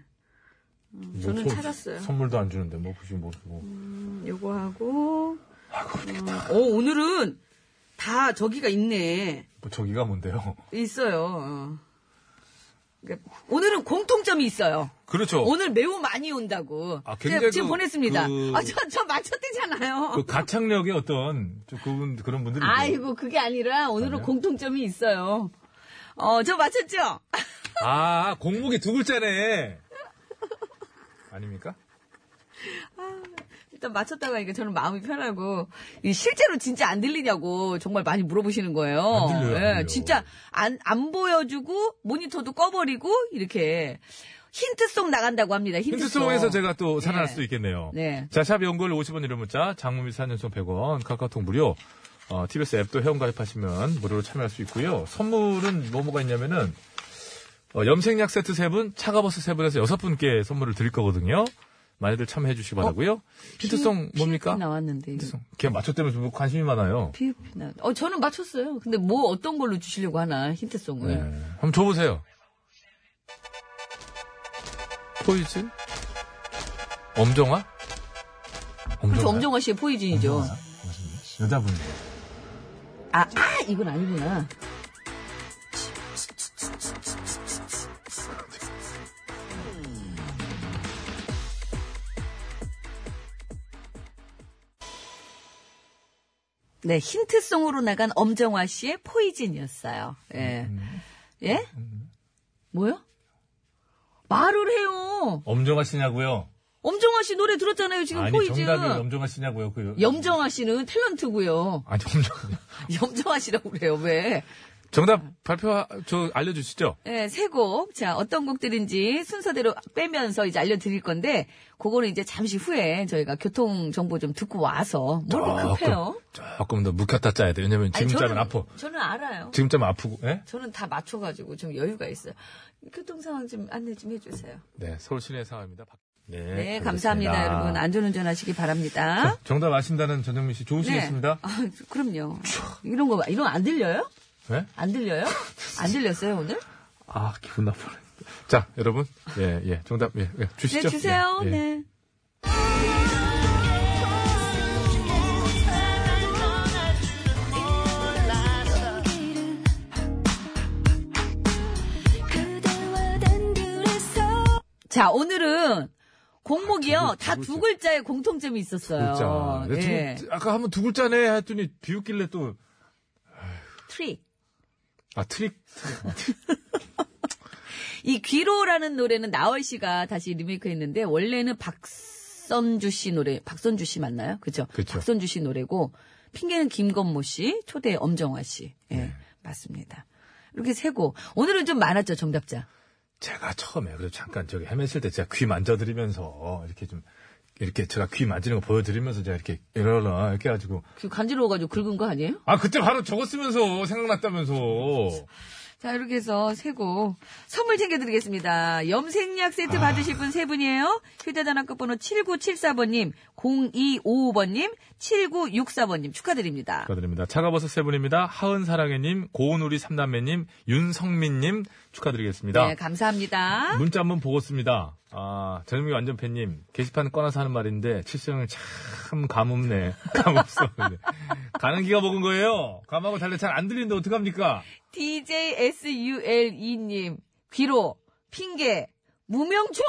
Speaker 2: 음, 저는
Speaker 3: 뭐 소-
Speaker 2: 찾았어요.
Speaker 3: 선물도 안 주는데, 뭐, 굳이 뭐, 뭐.
Speaker 2: 음, 요거 하고.
Speaker 3: 아,
Speaker 2: 어, 오늘은 다 저기가 있네.
Speaker 3: 뭐 저기가 뭔데요?
Speaker 2: 있어요. 어. 그러니까 오늘은 공통점이 있어요.
Speaker 3: 그렇죠.
Speaker 2: 오늘 매우 많이 온다고.
Speaker 3: 아,
Speaker 2: 제가
Speaker 3: 굉장히
Speaker 2: 지금
Speaker 3: 그-
Speaker 2: 보냈습니다.
Speaker 3: 그-
Speaker 2: 아, 저, 저 맞췄대잖아요.
Speaker 3: 그 가창력의 어떤, 좀 그분, 그런 분들이. 있죠.
Speaker 2: 아이고, 그게 아니라 오늘은
Speaker 3: 아니에요?
Speaker 2: 공통점이 있어요. 어, 저 맞췄죠?
Speaker 3: 아, 공목이 두 글자네. 아닙니까?
Speaker 2: 일단 맞췄다고 하니까 저는 마음이 편하고 이 실제로 진짜 안 들리냐고 정말 많이 물어보시는 거예요.
Speaker 3: 안 들려요,
Speaker 2: 예,
Speaker 3: 안 들려요.
Speaker 2: 진짜 안 안 보여주고 모니터도 꺼버리고 이렇게 힌트송 나간다고 합니다. 힌트송.
Speaker 3: 힌트송에서 제가 또 살아날
Speaker 2: 네.
Speaker 3: 수도 있겠네요.
Speaker 2: 네.
Speaker 3: 자, 샵 연골 50원 이름 문자, 장무미 4년송 100원, 카카오톡 무료, 어, TBS 앱도 회원 가입하시면 무료로 참여할 수 있고요. 선물은 뭐뭐가 있냐면은, 어, 염색약 세트 세분 차가버스 세분에서 여섯 분께 선물을 드릴 거거든요. 많이들 참여해 주시기 바라고요 힌트송
Speaker 2: PFP
Speaker 3: 뭡니까?
Speaker 2: 어? 나왔는데 이거.
Speaker 3: 힌트송. 걔 맞췄다면서 뭐 관심이 많아요.
Speaker 2: PFP 나. 어 저는 맞췄어요. 근데 뭐 어떤 걸로 주시려고 하나 힌트송을.
Speaker 3: 네. 한번 줘보세요. 포이즌? 엄정화?
Speaker 2: 그렇죠.
Speaker 3: 엄정화.
Speaker 2: 엄정화 씨의 포이즌이죠.
Speaker 3: 여자분.
Speaker 2: 아, 아 이건 아니구나. 네, 힌트송으로 나간 엄정화 씨의 포이즌이었어요. 예. 예? 뭐요? 말을 해요.
Speaker 3: 엄정화 씨냐고요?
Speaker 2: 엄정화 씨 노래 들었잖아요, 지금
Speaker 3: 아니
Speaker 2: 포이즌.
Speaker 3: 정답이 엄정화 씨냐고요? 그
Speaker 2: 염정화 씨는 탤런트고요.
Speaker 3: 아니 엄정.
Speaker 2: 염정화 씨라고 그래요, 왜?
Speaker 3: 정답 발표 저 알려주시죠.
Speaker 2: 네, 세 곡. 자, 어떤 곡들인지 순서대로 빼면서 이제 알려드릴 건데, 그거는 이제 잠시 후에 저희가 교통 정보 좀 듣고 와서, 뭘 그렇게 급해요?
Speaker 3: 조금, 조금 더 묵혔다 짜야 돼. 왜냐면 아, 지금 짜면 아파.
Speaker 2: 저는 네? 알아요.
Speaker 3: 지금 짜면 아프고. 예?
Speaker 2: 저는 다 맞춰가지고 좀 여유가 있어요. 교통 상황 좀 안내 좀 해주세요.
Speaker 3: 네, 서울 시내 상황입니다. 박-
Speaker 2: 네, 감사합니다, 여러분. 안전운전 하시기 바랍니다.
Speaker 3: 자, 정답 아신다는 전영민 씨 좋으시겠습니다.
Speaker 2: 아, 그럼요. 이런 거, 봐. 이런 거 안 들려요?
Speaker 3: 네?
Speaker 2: 안 들려요? 안 들렸어요, 오늘?
Speaker 3: 아 기분 나쁘네. 자, 여러분, 예, 예, 정답 예, 예,
Speaker 2: 네,
Speaker 3: 주시죠.
Speaker 2: 주세요.
Speaker 3: 예, 예.
Speaker 2: 네. 자, 오늘은
Speaker 3: 아,
Speaker 2: 공목이요. 다 두 글자의 공통점이 있었어요.
Speaker 3: 글자. 예,
Speaker 2: 예.
Speaker 3: 지금 아까 한번 두 글자네 했더니 비웃길래 또,
Speaker 2: 트릭.
Speaker 3: 아, 트릭.
Speaker 2: 이 귀로라는 노래는 나얼 씨가 다시 리메이크했는데 원래는 박선주 씨 노래, 박선주 씨 맞나요? 그죠?
Speaker 3: 그쵸.
Speaker 2: 박선주 씨 노래고 핑계는 김건모 씨, 초대 엄정화 씨. 예,
Speaker 3: 네.
Speaker 2: 맞습니다. 이렇게 세 곡. 오늘은 좀 많았죠, 정답자.
Speaker 3: 제가 처음에 그래도 잠깐 저기 헤맸을 때 제가 귀 만져드리면서 이렇게 좀 이렇게 제가 귀 만지는 거 보여드리면서 제가 이렇게 이러라 이렇게 해가지고
Speaker 2: 귀그 간지러워가지고 긁은 거 아니에요?
Speaker 3: 아 그때 바로 저거 쓰면서 생각났다면서
Speaker 2: 자, 이렇게 해서 세고 선물 챙겨드리겠습니다. 염색약 세트 받으실 분 세 분이에요. 휴대전화 끝번호 7974번님, 0255번님, 7964번님 축하드립니다.
Speaker 3: 축하드립니다. 차가버섯 세 분입니다. 하은사랑해님, 고은우리 삼남매님, 윤성민님 축하드리겠습니다.
Speaker 2: 네, 감사합니다.
Speaker 3: 문자 한번 보겠습니다. 아, 전용기 완전 팬님, 게시판 꺼내서 하는 말인데, 칠성이 참 감없네. 감없어. 네. 가는 기가 먹은 거예요. 감하고 달래 잘 안 들리는데 어떡합니까?
Speaker 2: DJSULE님, 귀로, 핑계, 무명촉!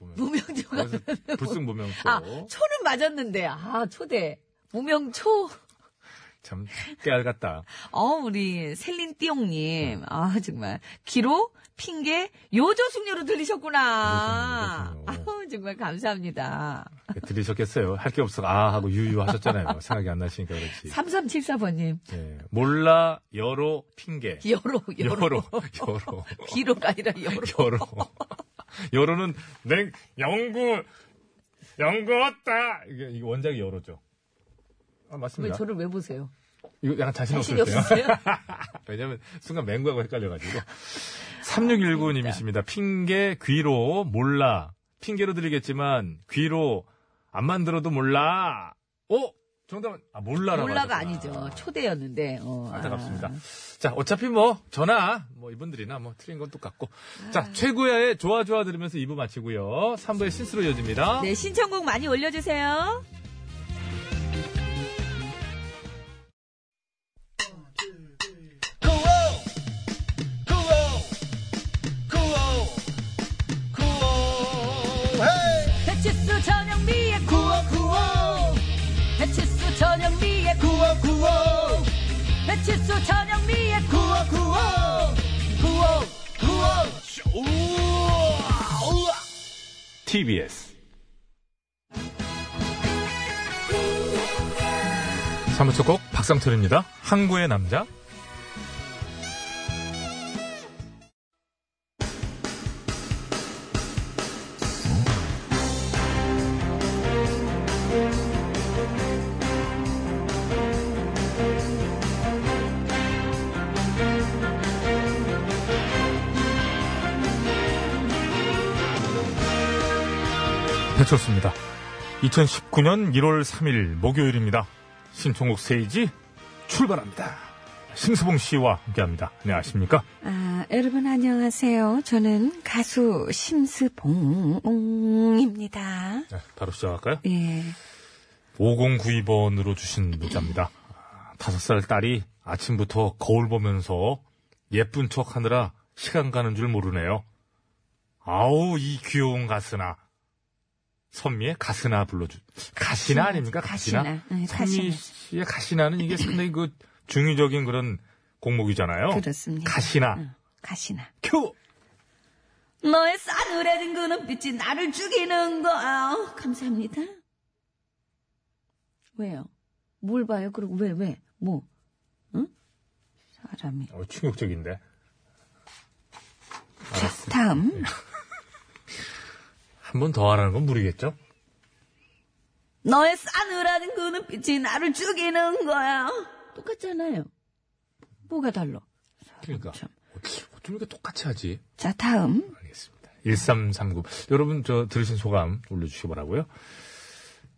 Speaker 2: 무명촉.
Speaker 3: 그래서 불쑥 무명초.
Speaker 2: 아, 초는 맞았는데, 아, 초대. 무명초.
Speaker 3: 참 깨알 같다.
Speaker 2: 어, 우리 셀린 띠용님.
Speaker 3: 네.
Speaker 2: 아, 정말. 귀로, 핑계, 요조숙녀로 들리셨구나.
Speaker 3: 요조숙녀, 요조숙녀.
Speaker 2: 아우, 정말 감사합니다.
Speaker 3: 예, 들리셨겠어요. 할 게 없어. 아, 하고 유유하셨잖아요. 생각이 안 나시니까 그렇지.
Speaker 2: 3374번님.
Speaker 3: 예. 몰라, 여로, 핑계.
Speaker 2: 여로, 여로.
Speaker 3: 여로, 여로.
Speaker 2: 귀로가 아니라 여로.
Speaker 3: 여로. 여로는 냉 영구 영구었다. 이게, 이게 원작이 여로죠. 아
Speaker 2: 왜
Speaker 3: 맞습니다.
Speaker 2: 저를 왜 보세요?
Speaker 3: 이거 약간 자신
Speaker 2: 자신이
Speaker 3: 없을 때요.
Speaker 2: 없으세요?
Speaker 3: 왜냐면 순간 맹구하고 헷갈려가지고. 3619님이십니다. 핑계 귀로 몰라. 핑계로 드리겠지만 귀로 안 만들어도 몰라. 오 정답은 아 몰라라.
Speaker 2: 몰라가 아니죠. 초대였는데. 어,
Speaker 3: 안타깝습니다. 자, 어차피 뭐, 저나, 뭐, 이분들이나 뭐, 틀린 건 똑같고. 자, 최고야의 좋아, 좋아 들으면서 2부 마치고요. 3부의 신스로 이어집니다.
Speaker 2: 아. 네, 신청곡 많이 올려주세요. 배치수 전영미의 구호 배치수 전영미의 구호 배치수 전영미의 구호
Speaker 3: TBS. 사무초곡 박상철입니다. 항구의 남자. 배쳤습니다. 2019년 1월 3일 목요일입니다. 신청곡 세이지 출발합니다. 심수봉 씨와 함께합니다. 네, 안녕하십니까?
Speaker 2: 아, 여러분 안녕하세요. 저는 가수 심스봉입니다.
Speaker 3: 네, 바로 시작할까요?
Speaker 2: 예.
Speaker 3: 5092번으로 주신 문자입니다. 아, 다섯 살 딸이 아침부터 거울 보면서 예쁜 척 하느라 시간 가는 줄 모르네요. 아우, 이 귀여운 가스나. 선미의 가스나 불러주, 가시나 아닙니까? 가시나.
Speaker 2: 가시나. 네,
Speaker 3: 선미
Speaker 2: 가시나.
Speaker 3: 씨의 가시나는 이게 상당히 그 중의적인 그런 공목이잖아요.
Speaker 2: 그렇습니다.
Speaker 3: 어,
Speaker 2: 네.
Speaker 3: 가시나.
Speaker 2: 응, 가시나.
Speaker 3: 큐!
Speaker 2: 너의 싸늘해진 그 눈빛이 나를 죽이는 거야. 아우, 감사합니다. 왜요? 뭘 봐요? 그리고 왜, 왜? 뭐? 응? 사람이.
Speaker 3: 어, 충격적인데.
Speaker 2: 자, 다음.
Speaker 3: 네. 한 번 더 하라는 건 무리겠죠?
Speaker 2: 너의 싸늘한 그 눈빛이 나를 죽이는 거야. 똑같잖아요. 뭐가 달라?
Speaker 3: 그러니까.
Speaker 2: 참.
Speaker 3: 어쩜 이렇게 똑같이 하지?
Speaker 2: 자, 다음.
Speaker 3: 알겠습니다. 1339. 여러분, 저 들으신 소감 올려주시기 바라고요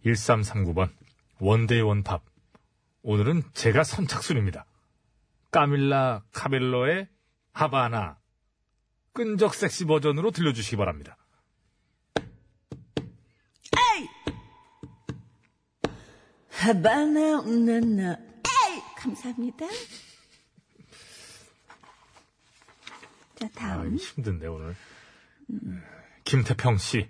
Speaker 3: 1339번. 원데이 원팝. 오늘은 제가 선착순입니다. 까밀라 카벨로의 하바나. 끈적 섹시 버전으로 들려주시기 바랍니다.
Speaker 2: 하바나, 나나. 에이! 감사합니다. 자,
Speaker 3: 아,
Speaker 2: 다음.
Speaker 3: 힘든데, 오늘. 김태평 씨.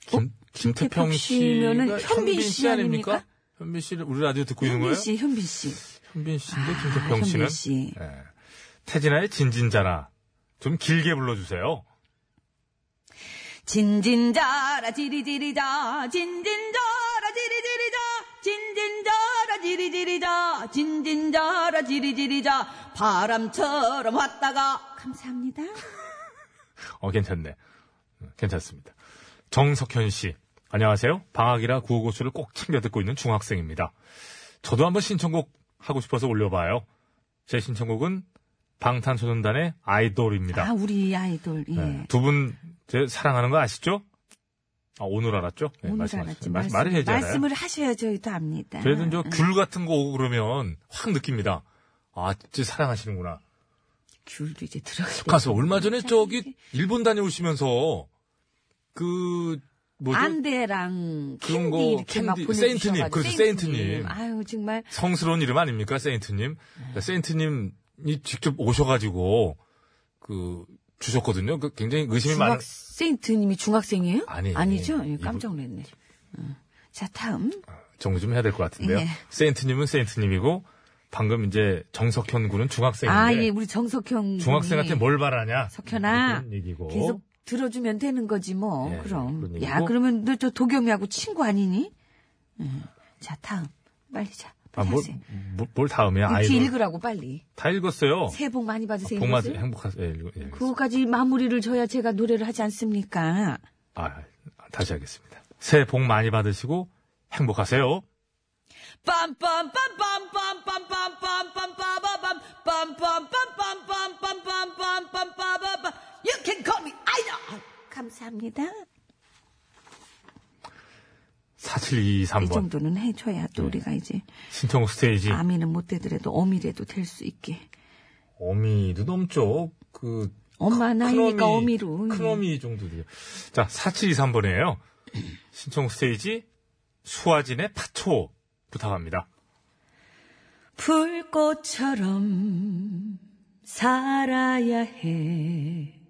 Speaker 3: 김,
Speaker 2: 어? 김태평 씨면은 현빈 씨 아닙니까?
Speaker 3: 현빈 씨를 우리 라디오 듣고 있는
Speaker 2: 현빈
Speaker 3: 거예요?
Speaker 2: 씨, 현빈 씨.
Speaker 3: 현빈 씨인데
Speaker 2: 아,
Speaker 3: 김태평
Speaker 2: 현빈
Speaker 3: 씨는
Speaker 2: 씨.
Speaker 3: 예. 태진아의 진진자나 좀 길게 불러주세요.
Speaker 2: 진진자라 지리지리자 진진자라 지리지리자 진진자라 지리지리자 진진자라 지리지리자 바람처럼 왔다가 감사합니다.
Speaker 3: 어 괜찮네, 괜찮습니다. 정석현 어, 씨 안녕하세요. 방학이라 구호고수를 꼭 챙겨 듣고 있는 중학생입니다. 저도 한번 신청곡 하고 싶어서 올려봐요. 제 신청곡은 방탄소년단의 아이돌입니다. 네.
Speaker 2: 아, 우리 아이돌. 예.
Speaker 3: 두 분 제 사랑하는 거 아시죠? 아, 오늘 알았죠? 예,
Speaker 2: 오늘
Speaker 3: 말씀하시-
Speaker 2: 알았지.
Speaker 3: 말-
Speaker 2: 말씀-
Speaker 3: 말을 해야지 알아요.
Speaker 2: 말씀을 네. 하셔야 저희도 압니다.
Speaker 3: 그래도 이제 귤 같은 거 오고 그러면 확 느낍니다. 아, 진짜 사랑하시는구나.
Speaker 2: 귤도 이제 들어가고.
Speaker 3: 가서 얼마 전에 저기 일본 다녀오시면서 그 뭐죠?
Speaker 2: 안대랑
Speaker 3: 그런
Speaker 2: 캔디
Speaker 3: 거,
Speaker 2: 이렇게 막
Speaker 3: 캔디,
Speaker 2: 보내
Speaker 3: 세인트님, 그렇죠, 세인트님.
Speaker 2: 아유 정말
Speaker 3: 성스러운 이름 아닙니까, 세인트님?
Speaker 2: 네.
Speaker 3: 세인트님이 직접 오셔가지고 그 주셨거든요. 그 굉장히 의심이 많은.
Speaker 2: 중학 세인트님이 중학생이에요?
Speaker 3: 아니에요.
Speaker 2: 아니죠? 예,
Speaker 3: 이분-
Speaker 2: 깜짝 놀랐네. 어. 자 다음
Speaker 3: 정리 좀 해야 될 것 같은데요.
Speaker 2: 예.
Speaker 3: 세인트님은 세인트님이고 방금 이제 정석현 군은 중학생인데
Speaker 2: 아 예 우리 정석형
Speaker 3: 네. 중학생한테
Speaker 2: 군이.
Speaker 3: 뭘 바라냐?
Speaker 2: 석현아,
Speaker 3: 이런 얘기고
Speaker 2: 계속 들어주면 되는 거지 뭐
Speaker 3: 예, 그런
Speaker 2: 그럼 야
Speaker 3: 얘기고.
Speaker 2: 그러면 너 저 도겸이하고 친구 아니니? 음. 자 다음 빨리 자
Speaker 3: 아,
Speaker 2: 빨리
Speaker 3: 뭘,
Speaker 2: 하세요.
Speaker 3: 뭘, 뭘 다음에
Speaker 2: 이렇게
Speaker 3: 아이돌
Speaker 2: 읽으라고 빨리
Speaker 3: 다 읽었어요.
Speaker 2: 새해 복 많이 받으세요.
Speaker 3: 복맞
Speaker 2: 이것을.
Speaker 3: 행복하세요. 예, 읽- 예, 읽었어요.
Speaker 2: 그거까지 마무리를 줘야 제가 노래를 하지 않습니까?
Speaker 3: 아, 다시 하겠습니다. 새해 복 많이 받으시고 행복하세요.
Speaker 5: You can call me idol.
Speaker 2: 감사합니다.
Speaker 3: 4723번
Speaker 2: 이 정도는 해줘야 또 우리가 이제
Speaker 3: 신청 스테이지
Speaker 2: 아미는 못 되더라도 어미라도 될 수 있게.
Speaker 3: 어미도 넘죠. 그
Speaker 2: 엄마 나이니까 어미로. 예.
Speaker 3: 큰 어미 정도 돼요. 자, 4723번이에요. 신청 스테이지 수화진의 파초 부탁합니다.
Speaker 2: 불꽃처럼 살아야 해.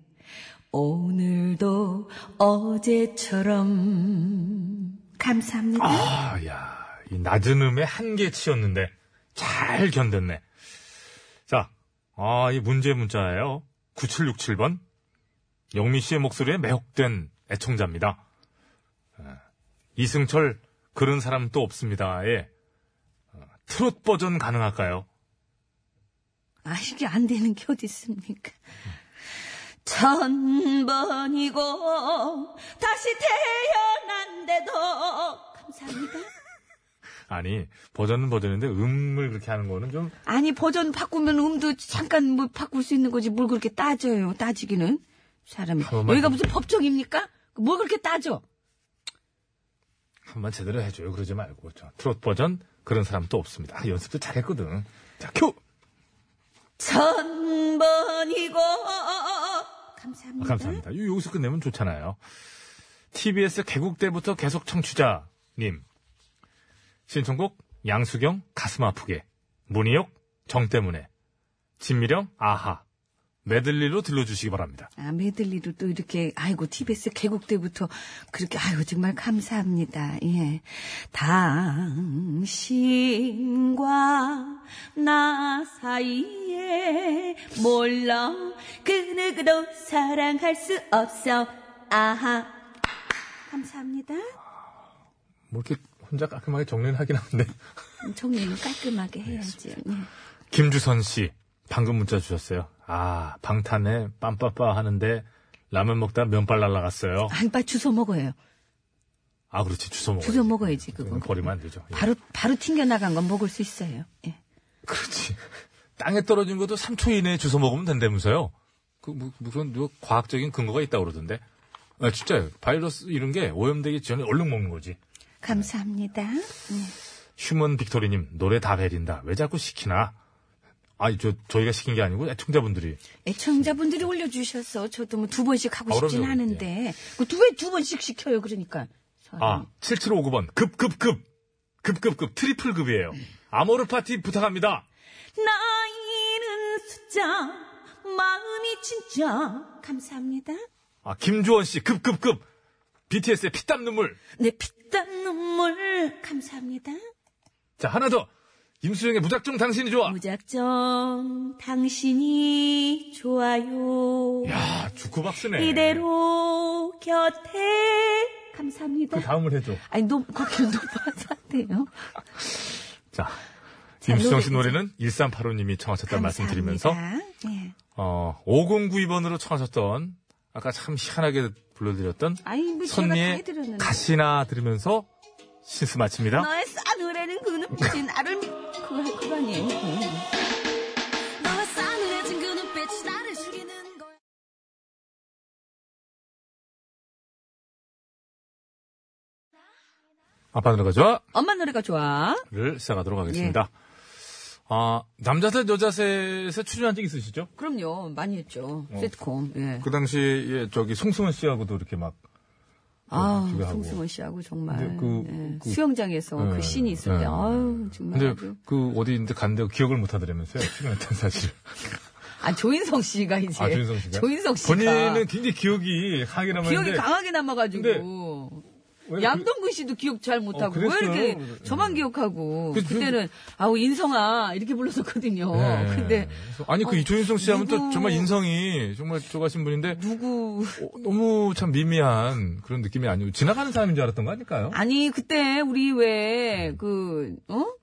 Speaker 2: 오늘도 어제처럼. 감사합니다.
Speaker 3: 아, 야, 이 낮은 음의 한계치였는데 잘 견뎠네. 자, 아, 이 문제 문자예요. 9767번. 영미 씨의 목소리에 매혹된 애청자입니다. 에, 이승철, 그런 사람 또 없습니다에 어, 트롯 버전 가능할까요?
Speaker 2: 아, 이게 안 되는 게 어디 있습니까? 천 번이고 다시 태어난데도 감사합니다.
Speaker 3: 아니, 버전은 버전인데 음을 그렇게 하는 거는 좀
Speaker 2: 아니 버전 바꾸면 음도 잠깐 뭐 바꿀 수 있는 거지 뭘 그렇게 따져요? 따지기는 사람이
Speaker 3: 번만
Speaker 2: 여기가
Speaker 3: 더.
Speaker 2: 무슨 법정입니까? 뭘 그렇게 따져?
Speaker 3: 한번 제대로 해줘요. 그러지 말고. 저 트롯 버전, 그런 사람 또 없습니다. 아, 연습도 잘했거든. 자, 큐!
Speaker 2: 천 번이고
Speaker 3: 아,
Speaker 2: 아, 감사합니다.
Speaker 3: 감사합니다. 요- 여기서 끝내면 좋잖아요. TBS 개국 때부터 계속 청취자님. 신청곡 양수경 가슴 아프게. 문희옥 정 때문에. 진미령 아하. 메들리로 들려주시기 바랍니다.
Speaker 2: 아, 메들리로 또 이렇게, 아이고, TBS 개국 때부터 그렇게, 아이고, 정말 감사합니다. 예. 당신과 나 사이에 몰라 그 누구도 사랑할 수 없어. 아하. 감사합니다.
Speaker 3: 뭐 이렇게 혼자 깔끔하게 정리는 하긴 한데.
Speaker 2: 정리는 깔끔하게 해야지. 예.
Speaker 3: 김주선 씨. 방금 문자 주셨어요. 아, 방탄에 빰빠빠 하는데 라면 먹다 면발 날라갔어요.
Speaker 2: 아니, 빨리 주워 먹어요.
Speaker 3: 아, 그렇지. 주워 먹어야지.
Speaker 2: 주워 먹어야지, 그거.
Speaker 3: 버리면 안 되죠. 예.
Speaker 2: 바로, 바로 튕겨나간 건 먹을 수 있어요. 예.
Speaker 3: 그렇지. 땅에 떨어진 것도 3초 이내에 주워 먹으면 된다면서요. 그, 뭐, 무슨, 뭐 과학적인 근거가 있다고 그러던데. 아, 진짜요. 바이러스 이런 게 오염되기 전에 얼른 먹는 거지.
Speaker 2: 감사합니다.
Speaker 3: 휴먼 빅토리님, 노래 다 베린다. 왜 자꾸 시키나? 아니, 저, 저희가 시킨 게 아니고, 애청자분들이.
Speaker 2: 애청자분들이 올려주셔서 저도 뭐 두 번씩 하고
Speaker 3: 아,
Speaker 2: 싶진
Speaker 3: 그럼요.
Speaker 2: 않은데 그두왜 두 번씩 시켜요 그러니까
Speaker 3: 아, 7759번. 급, 급, 급. 급, 급, 급. 트리플 급이에요. 아모르 파티 부탁합니다.
Speaker 2: 나이는 숫자 마음이 진짜 감사합니다
Speaker 3: 아, 김주원 씨. 급, 급, 급. BTS의 피땀 눈물.
Speaker 2: 내 피땀 눈물 감사합니다
Speaker 3: 자, 하나 더. 임수영의 무작정 당신이 좋아.
Speaker 2: 음. 무작정 당신이 좋아요
Speaker 3: 야, 주크박스네.
Speaker 2: 이대로 곁에 감사합니다
Speaker 3: 그 다음을 해줘.
Speaker 2: 아니 너무 그렇게 높아서 안 돼요
Speaker 3: 자,
Speaker 2: 자,
Speaker 3: 임수정 씨
Speaker 2: 노래
Speaker 3: 노래는 1385님이 청하셨다는 말씀 드리면서,
Speaker 2: 감사합니다. 예.
Speaker 3: 어, 5092번으로 청하셨던 아까 참 희한하게 불러드렸던
Speaker 2: 아이, 뭐 제가 다
Speaker 3: 선미의
Speaker 2: 해드렸는데. 네.
Speaker 3: 가시나 들으면서 신스 마칩니다.
Speaker 2: 너의 싸늘해는 그 눈빛이 나를 미- 그거 그거 아니에요. 너의 싸늘해진 그 눈빛이 나를 죽이는 거야.
Speaker 3: 아빠 노래가 좋아.
Speaker 2: 엄마 노래가 좋아.
Speaker 3: 를 시작하도록 하겠습니다.
Speaker 2: 예.
Speaker 3: 아, 남자셋, 여자셋에 출연한 적 있으시죠?
Speaker 2: 그럼요, 많이 했죠. 세트콤. 예.
Speaker 3: 어. 그 당시에, 예, 저기, 송승헌 씨하고도 이렇게 막. 그,
Speaker 2: 아,
Speaker 3: 기대하고.
Speaker 2: 송승원 씨하고 정말
Speaker 3: 근데 그-
Speaker 2: 예,
Speaker 3: 그-
Speaker 2: 수영장에서
Speaker 3: 예,
Speaker 2: 그 씬이 있을
Speaker 3: 예.
Speaker 2: 때, 아유 정말.
Speaker 3: 근데
Speaker 2: 아주. 네.
Speaker 3: 그 어디인데 갔는데 기억을 못 하더라면서요. 출연했던 사실.
Speaker 2: 아 조인성 씨가 이제
Speaker 3: 아, 조인성 씨가?
Speaker 2: 조인성 씨가
Speaker 3: 본인은 굉장히 기억이 하게 남았는데.
Speaker 2: 기억이 강하게 남아가지고.
Speaker 3: 왜 그-
Speaker 2: 양동근 씨도 기억 잘 못하고 왜
Speaker 3: 그랬어요?
Speaker 2: 이렇게 저만 기억하고
Speaker 3: 그-
Speaker 2: 그, 때는 아우 인성아 이렇게 불렀었거든요.
Speaker 3: 예.
Speaker 2: 어, 근데
Speaker 3: 그래서 아니 그
Speaker 2: 어,
Speaker 3: 이조인성 씨 하면 또
Speaker 2: 누구-
Speaker 3: 정말 인성이 정말 좋아하신 분인데
Speaker 2: 누구
Speaker 3: 어, 너무 참 미미한 그런 느낌이 아니고 지나가는 사람인 줄 알았던 거 아닐까요?
Speaker 2: 아니 그때 우리 왜그어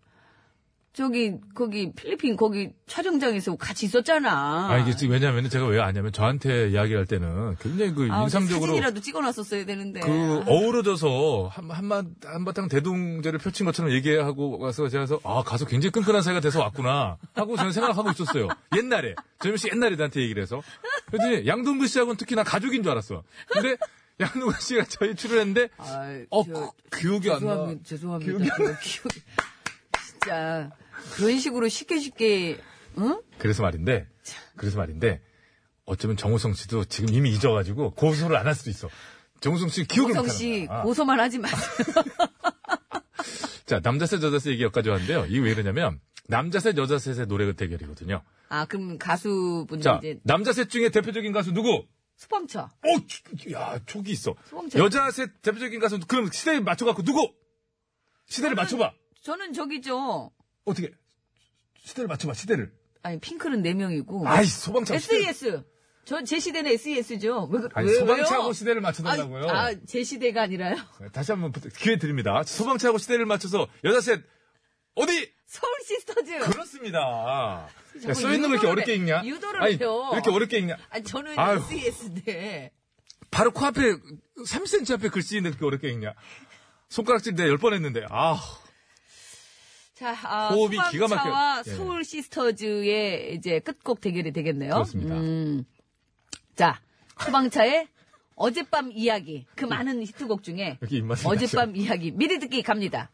Speaker 2: 저기 거기 필리핀 거기 촬영장에서 같이 있었잖아.
Speaker 3: 아, 이게 지금 왜냐면 제가 왜 아냐면 저한테 이야기할 때는 굉장히 그
Speaker 2: 아,
Speaker 3: 인상적으로
Speaker 2: 사진이라도 찍어놨었어야 되는데.
Speaker 3: 그
Speaker 2: 아.
Speaker 3: 어우러져서 한, 한마, 한바탕 대동제를 펼친 것처럼 얘기하고 와서 제가 그래서 아, 가서 굉장히 끈끈한 사이가 돼서 왔구나 하고 저는 생각하고 있었어요. 옛날에. 조현 씨 옛날에 나한테 얘기를 해서. 그랬더니 양동근 씨하고는 특히 나 가족인 줄 알았어. 근데 양동근 씨가 저희 출연했는데
Speaker 2: 아이,
Speaker 3: 어,
Speaker 2: 저-
Speaker 3: 그- 기억이 안 나.
Speaker 2: 죄송합니다. 죄송합니다. 기억이 진짜 그런 식으로 쉽게 쉽게 어? 응?
Speaker 3: 그래서 말인데, 그래서 말인데, 어쩌면 정우성 씨도 지금 이미 잊어가지고 고소를 안 할 수도 있어. 정우성 씨 기억을
Speaker 2: 성
Speaker 3: 못하는
Speaker 2: 씨
Speaker 3: 거야. 아.
Speaker 2: 고소만 하지 마세요.
Speaker 3: 자, 남자셋 여자셋 얘기 여기까지 왔는데요. 이게 왜 이러냐면 남자셋 여자셋의 노래 대결이거든요.
Speaker 2: 아 그럼 가수분들
Speaker 3: 자,
Speaker 2: 네, 이제
Speaker 3: 남자셋 중에 대표적인 가수 누구?
Speaker 2: 수방차
Speaker 3: 어, 초- 야, 촉이 있어.
Speaker 2: 수봉철.
Speaker 3: 여자셋 대표적인 가수 그럼 시대에 맞춰갖고 누구? 시대를 맞춰봐.
Speaker 2: 저는 저기죠.
Speaker 3: 어떻게? 시대를 맞춰봐. 시대를.
Speaker 2: 아니 핑클은 4 명이고.
Speaker 3: 아이, 소방차.
Speaker 2: SES. 저 제 시대는 SES죠. 왜, 그-
Speaker 3: 아니,
Speaker 2: 왜-
Speaker 3: 소방차하고
Speaker 2: 왜요?
Speaker 3: 시대를 맞춰달라고요.
Speaker 2: 아, 아, 제 시대가 아니라요.
Speaker 3: 네, 다시 한번 부탁- 기회 드립니다. 소방차하고 시대를 맞춰서 여자셋 어디?
Speaker 2: 서울 시스터즈.
Speaker 3: 그렇습니다.
Speaker 2: 자꾸
Speaker 3: 야, 써 있는 거 이렇게
Speaker 2: 유도를-
Speaker 3: 어렵게 읽냐?
Speaker 2: 유도를
Speaker 3: 아니,
Speaker 2: 해요.
Speaker 3: 이렇게 어렵게 읽냐?
Speaker 2: 아니, 저는 E
Speaker 3: 아유.
Speaker 2: SES인데.
Speaker 3: 바로 코앞에 3cm 앞에 글씨 있는데 그렇게 어렵게 읽냐? 손가락질 내가 10번 했는데 아
Speaker 2: 자, 아,
Speaker 3: 호흡이 기가
Speaker 2: 소방차와
Speaker 3: 막혀요. 예.
Speaker 2: 서울 시스터즈의 이제 끝곡 대결이 되겠네요.
Speaker 3: 그렇습니다.
Speaker 2: 음. 자, 소방차의 어젯밤 이야기. 그 많은 히트곡 중에
Speaker 3: 이렇게 입맛이
Speaker 2: 어젯밤 이야기 미리 듣기 갑니다.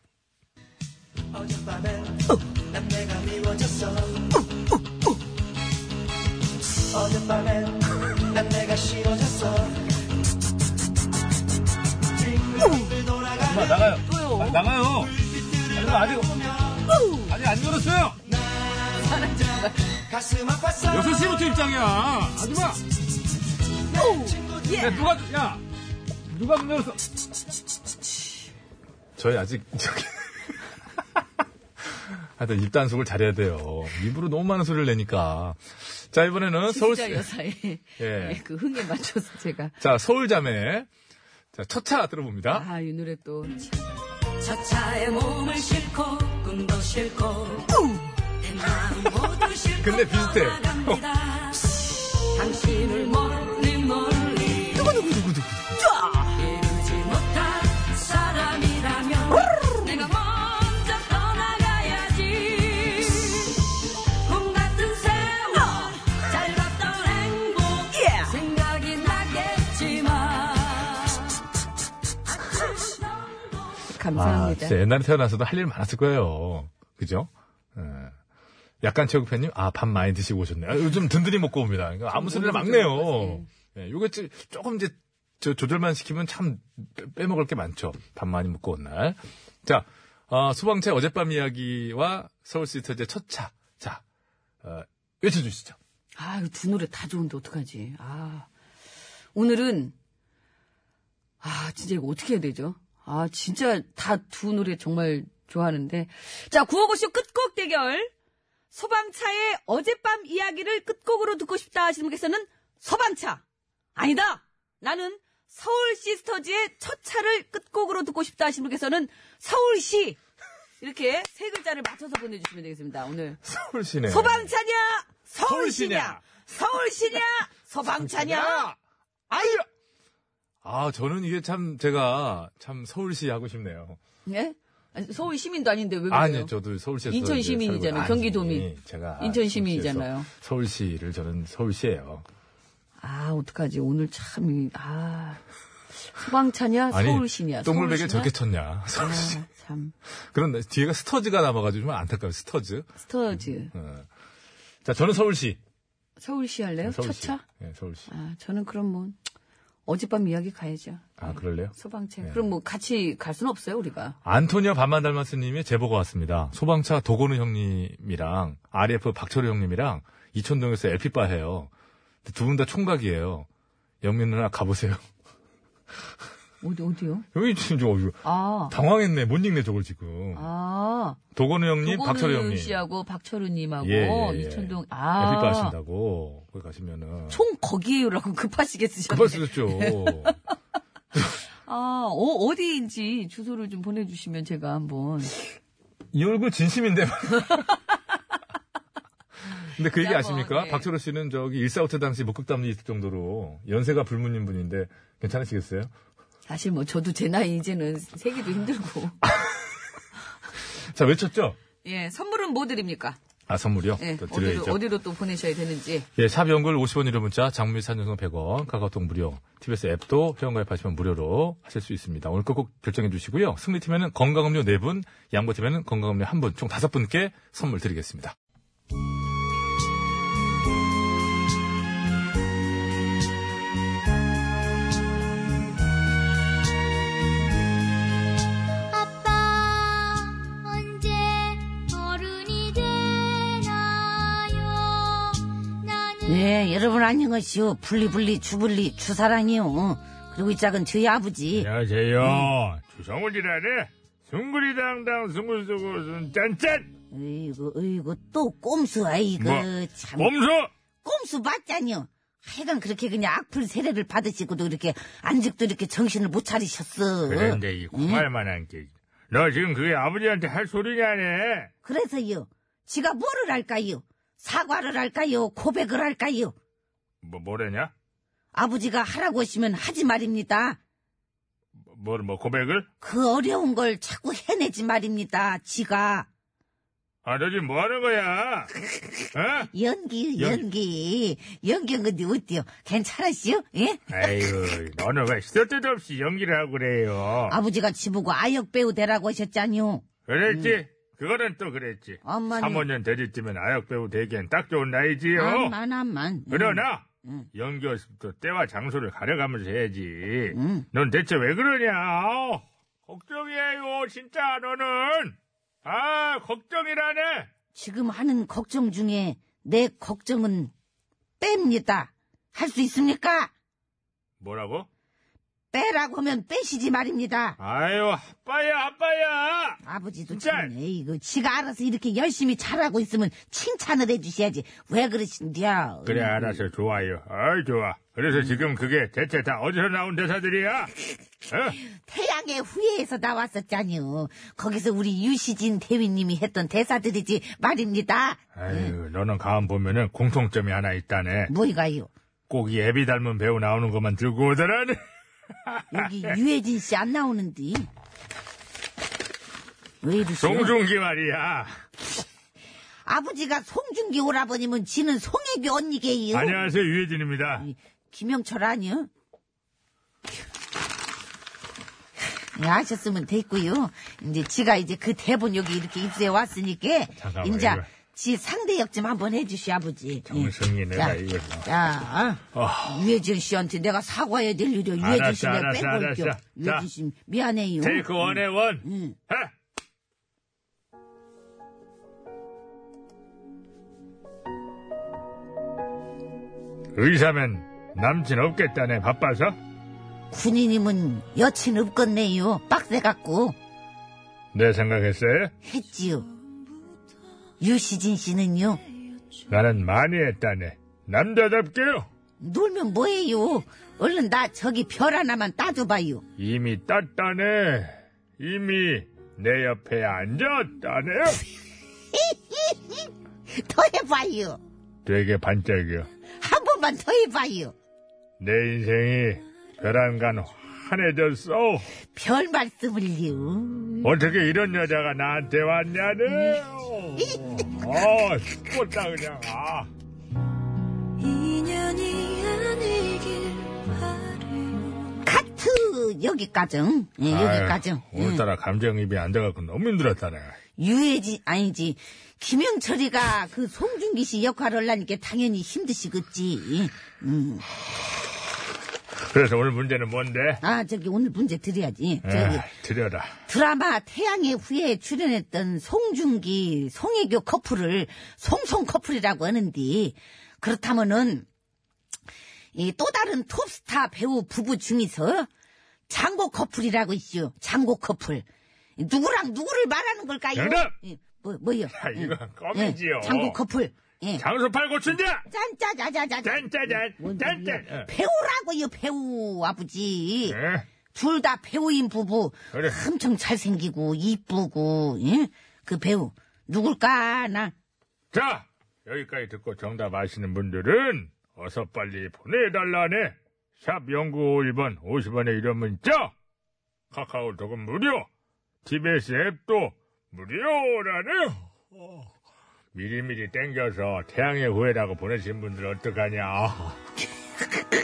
Speaker 4: 어젯밤엔 난 내가 미워졌어 어젯밤엔 난 내가 싫어졌어 빙글빙글 돌아가는
Speaker 3: 나가요
Speaker 2: 또요.
Speaker 3: 나가요 아직 아직 안 열었어요
Speaker 4: 가슴 아팠어
Speaker 3: 6시부터 입장이야 하지마
Speaker 2: 예.
Speaker 3: 야 누가 야 누가 문 열었어 저희 아직 저기 하여튼 입단속을 잘해야 돼요 입으로 너무 많은 소리를 내니까 자 이번에는 서울
Speaker 2: 진짜 여사의
Speaker 3: 예.
Speaker 2: 그 흥에 맞춰서 제가
Speaker 3: 자 서울자매 자 첫 차 들어봅니다
Speaker 2: 아 이 노래 또 참.
Speaker 6: 차차에 몸을 싣고 꿈도 싣고 내 마음 모두 싣고
Speaker 3: 근데 비슷해.
Speaker 6: 떠나갑니다. 당신을 멀리 멀리 이루지 못한 사람이라면 내가 먼저 떠나가야지 꿈 같은 세월 짧았던 행복 생각이 나겠지만
Speaker 3: 아,
Speaker 2: 감사합니다.
Speaker 3: 진짜 옛날에 태어나서도 할 일 많았을 거예요. 그죠? 예. 약간 체육팬님, 아, 밥 많이 드시고 오셨네. 아, 요즘 든든히 먹고 옵니다. 그러니까 아무 소리를 막 내요. 예, 요게 찌- 조금 이제 저 조절만 시키면 참 빼- 빼먹을 게 많죠. 밥 많이 먹고 온 날. 자, 아, 소방차 어젯밤 이야기와 서울시스터즈의 첫 차. 자, 어, 외쳐주시죠.
Speaker 2: 아, 이거 두 노래 다 좋은데 어떡하지? 아. 오늘은, 아, 진짜 이거 어떻게 해야 되죠? 아, 진짜 다 두 노래 정말 좋아하는데. 자, 구호고쇼 끝곡 대결. 소방차의 어젯밤 이야기를 끝곡으로 듣고 싶다 하시는 분께서는 소방차. 아니다! 나는 서울 시스터즈의 첫 차를 끝곡으로 듣고 싶다 하시는 분께서는 서울시. 이렇게 세 글자를 맞춰서 보내주시면 되겠습니다. 오늘
Speaker 3: 서울시네.
Speaker 2: 소방차냐?
Speaker 3: 서울시냐?
Speaker 2: 서울시냐? 서울시냐? 소방차냐?
Speaker 3: 아이야! 아, 저는 이게 참 제가 참 서울시 하고 싶네요.
Speaker 2: 예? 아니, 서울 시민도 아닌데 왜 그래요?
Speaker 3: 아니요, 저도 서울시에서.
Speaker 2: 인천
Speaker 3: 이제
Speaker 2: 시민이잖아요.
Speaker 3: 살고-
Speaker 2: 경기도민.
Speaker 3: 아니, 제가.
Speaker 2: 인천 시민이잖아요.
Speaker 3: 서울시에서 서울시를 저는 서울시예요
Speaker 2: 아, 어떡하지. 오늘 참, 이- 아. 소방차냐?
Speaker 3: 아니,
Speaker 2: 서울시냐? 서울시냐?
Speaker 3: 똥물백에 저렇게 쳤냐. 서울시.
Speaker 2: 아, 참.
Speaker 3: 그런데 뒤에가 스터즈가 남아가지고 좀 안타까워요, 스터즈.
Speaker 2: 스터즈.
Speaker 3: 어. 자, 저는 서울시.
Speaker 2: 서울시 할래요?
Speaker 3: 서울시.
Speaker 2: 네, 첫차?
Speaker 3: 예, 서울시.
Speaker 2: 아, 저는 그럼 뭐, 어젯밤 이야기 가야죠.
Speaker 3: 아, 그럴래요?
Speaker 2: 소방차.
Speaker 3: 네.
Speaker 2: 그럼 뭐 같이 갈 순 없어요, 우리가.
Speaker 3: 안토니아 반만 닮았스님의 제보가 왔습니다. 소방차 도건우 형님이랑 RF 박철우 형님이랑 이천동에서 LP바 해요. 두 분 다 총각이에요. 영민 누나 가보세요.
Speaker 2: 어디, 어디요?
Speaker 3: 여기 지금 저 어이구,
Speaker 2: 아,
Speaker 3: 당황했네. 못 읽네 저걸 지금.
Speaker 2: 아.
Speaker 3: 도건우 형님, 박철우
Speaker 2: 박철우
Speaker 3: 형님. 네,
Speaker 2: 씨하고 박철우님하고
Speaker 3: 예, 예, 예.
Speaker 2: 이천동,
Speaker 3: LP바
Speaker 2: 아.
Speaker 3: 하신다고 거기 가시면은 그
Speaker 2: 총 거기에요라고 급하시게 쓰셨네.
Speaker 3: 급할 수있죠
Speaker 2: 아, 어, 어디인지 주소를 좀 보내주시면 제가 한번.
Speaker 3: 이 얼굴 진심인데. 근데 그 얘기
Speaker 2: 한번,
Speaker 3: 아십니까?
Speaker 2: 예.
Speaker 3: 박철호 씨는 저기 일사후퇴 당시 목극담이 있을 정도로 연세가 불문인 분인데 괜찮으시겠어요?
Speaker 2: 사실 뭐 저도 제 나이 이제는 세기도 힘들고.
Speaker 3: 자 외쳤죠?
Speaker 2: 예, 선물은 뭐 드립니까?
Speaker 3: 아 선물이요?
Speaker 2: 예,
Speaker 3: 또
Speaker 2: 어디로,
Speaker 3: 드려야죠.
Speaker 2: 어디로 또 보내셔야 되는지.
Speaker 3: 예, 샵 연글 50원 유료 문자, 장미 산정성 100원, 카카오톡 무료, TBS 앱도 회원가입하시면 무료로 하실 수 있습니다. 오늘 끝곡 결정해 주시고요. 승리팀에는 건강음료 4분, 양보팀에는 건강음료 1분, 총 5분께 선물 드리겠습니다.
Speaker 7: 아빠 언제 어른이 되나요 나는
Speaker 8: 네, 여러분 안녕하시오. 분리분리 주분리 주사랑이요. 그리고 이 짝은 저희
Speaker 3: 네.
Speaker 8: 아버지.
Speaker 3: 안녕하세요. 주성훈이라네. 숭구리당당 숭구숭구순 짠짠.
Speaker 8: 어이구, 어이구, 또 꼼수, 아이고,
Speaker 3: 뭐,
Speaker 8: 참.
Speaker 3: 몸소.
Speaker 8: 꼼수 맞잖요. 하여간 그렇게 그냥 악플 세례를 받으시고도 이렇게 안직도 이렇게 정신을 못 차리셨어.
Speaker 3: 그런데 이 고말만한 게. 너 지금 그게 아버지한테 할 소리냐네.
Speaker 8: 그래서요. 지가 뭐를 할까요? 사과를 할까요? 고백을 할까요?
Speaker 3: 뭐 뭐래냐?
Speaker 8: 아버지가 하라고 하시면 하지 말입니다.
Speaker 3: 뭘 뭐 고백을?
Speaker 8: 그 어려운 걸 자꾸 해내지 말입니다. 지가.
Speaker 3: 아 너 지금 뭐 하는 거야? 어?
Speaker 8: 연기,
Speaker 3: 연-
Speaker 8: 연기. 연기한 건데 네 어때요? 괜찮았어요? 예?
Speaker 3: 아이고 너는 왜 시도 때도 없이 연기를 하고 그래요.
Speaker 8: 아버지가 지보고 아역 배우 되라고 하셨잖요.
Speaker 3: 그랬지?
Speaker 8: 음.
Speaker 3: 그거는 또 그랬지.
Speaker 8: 엄마는-
Speaker 3: 3, 5년 되지쯤엔 아역배우 되기엔 딱 좋은 나이지요. 어?
Speaker 8: 암만, 암만.
Speaker 3: 그러나
Speaker 8: 아, 음.
Speaker 3: 연기였음도 때와 장소를 가려가면서 해야지.
Speaker 8: 음.
Speaker 3: 넌 대체 왜 그러냐? 아우, 걱정이에요, 진짜 너는. 아, 걱정이라네.
Speaker 8: 지금 하는 걱정 중에 내 걱정은 뺍니다. 할 수 있습니까?
Speaker 3: 뭐라고?
Speaker 8: 빼라고 하면 빼시지 말입니다.
Speaker 3: 아유, 아빠야, 아빠야.
Speaker 8: 아버지도
Speaker 3: 진짜!
Speaker 8: 참, 에이구, 지가 알아서 이렇게 열심히 잘하고 있으면 칭찬을 해주셔야지. 왜 그러신겨?
Speaker 3: 그래, 알아서 좋아요. 아이, 좋아.
Speaker 8: 음.
Speaker 3: 그래서 지금 그게 대체 다 어디서 나온 대사들이야? 어?
Speaker 8: 태양의 후예에서 나왔었잖요. 거기서 우리 유시진 대위님이 했던 대사들이지 말입니다.
Speaker 3: 예. 아유, 너는 가만 보면은 공통점이 하나 있다네.
Speaker 8: 뭐이가요?
Speaker 3: 꼭 이 애비 닮은 배우 나오는 것만 들고 오더라니.
Speaker 8: 여기 유해진 씨 안 나오는데. 왜 이러세요?
Speaker 3: 송중기 말이야.
Speaker 8: 아버지가 송중기 오라버니면 지는 송혜교 언니게요.
Speaker 3: 안녕하세요, 유해진입니다.
Speaker 8: 김영철 아니요? 예, 아셨으면 됐고요. 이제 지가 이제 그 대본 여기 이렇게 입수해 왔으니까
Speaker 3: 잠깐만,
Speaker 8: 이제
Speaker 3: 이거.
Speaker 8: 지 상대 역좀 한번 해주시 아버지.
Speaker 3: 정말 성의 내가 이거.
Speaker 8: 야, 유해진 씨한테 내가 사과해야 될 일이야. 유해진 씨
Speaker 3: 아. 알았어,
Speaker 8: 내가
Speaker 3: 알았어,
Speaker 8: 뺀걸게
Speaker 3: 알았어.
Speaker 8: 유해진
Speaker 3: 자.
Speaker 8: 씨 미안해요.
Speaker 3: 테이크 원의 원. 하! 의사면 남친 없겠다네 바빠서
Speaker 8: 군인님은 여친 없겠네요. 빡세 갖고
Speaker 3: 내 생각했어요
Speaker 8: 했지요. 유시진 씨는요.
Speaker 3: 나는 많이 했다네 남자답게요
Speaker 8: 놀면 뭐해요? 얼른 나 저기 별 하나만 따줘봐요.
Speaker 3: 이미 땄다네 이미 내 옆에 앉았다네요
Speaker 8: 더 해봐요.
Speaker 3: 되게 반짝여
Speaker 8: 한 번만 더 해봐요.
Speaker 3: 내 인생이 벼랑간 환해졌어.
Speaker 8: 별 말씀을요.
Speaker 3: 어떻게 이런 여자가 나한테 왔냐네. 어, 죽겠다 그냥. 아.
Speaker 6: 인연이 아니길 바래요
Speaker 8: 카트 여기까지. 응? 예, 여기까지. 음.
Speaker 3: 아유,
Speaker 8: 응.
Speaker 3: 오늘따라 감정입이 안 돼갖고 너무 힘들었다네.
Speaker 8: 유해지 아니지. 김영철이가 그 송중기 씨 역할을 하니까 당연히 힘드시겠지. 음.
Speaker 3: 그래서 오늘 문제는 뭔데?
Speaker 8: 아 저기 오늘 문제 드려야지. 저기
Speaker 3: 아, 드려라.
Speaker 8: 드라마 태양의 후예 출연했던 송중기, 송혜교 커플을 송송 커플이라고 하는데 그렇다면은 이 또 다른 톱스타 배우 부부 중에서 장고 커플이라고 있죠. 장고 커플. 누구랑 누구를 말하는 걸까요?
Speaker 3: 정답!
Speaker 8: 예, 뭐 뭐요?
Speaker 3: 아, 이거
Speaker 8: 예,
Speaker 3: 껌이지요.
Speaker 8: 장고 커플. 예.
Speaker 3: 장수 팔고춘자!
Speaker 8: 짠짜자자자.
Speaker 3: 짠짜잔! 어. 짠짠!
Speaker 8: 배우라고요, 배우 아버지.
Speaker 3: 예.
Speaker 8: 둘 다 배우인 부부.
Speaker 3: 그래.
Speaker 8: 엄청 잘생기고 이쁘고 예? 그 배우 누굴까 나.
Speaker 3: 자, 여기까지 듣고 정답 아시는 분들은 어서 빨리 보내달라네. 샵 연구 1번 50원의 이름 문자. 카카오톡은 무료. TBS 앱도 무료라네. 어, 미리미리 땡겨서 태양의 후예라고 보내신 분들 어떡하냐.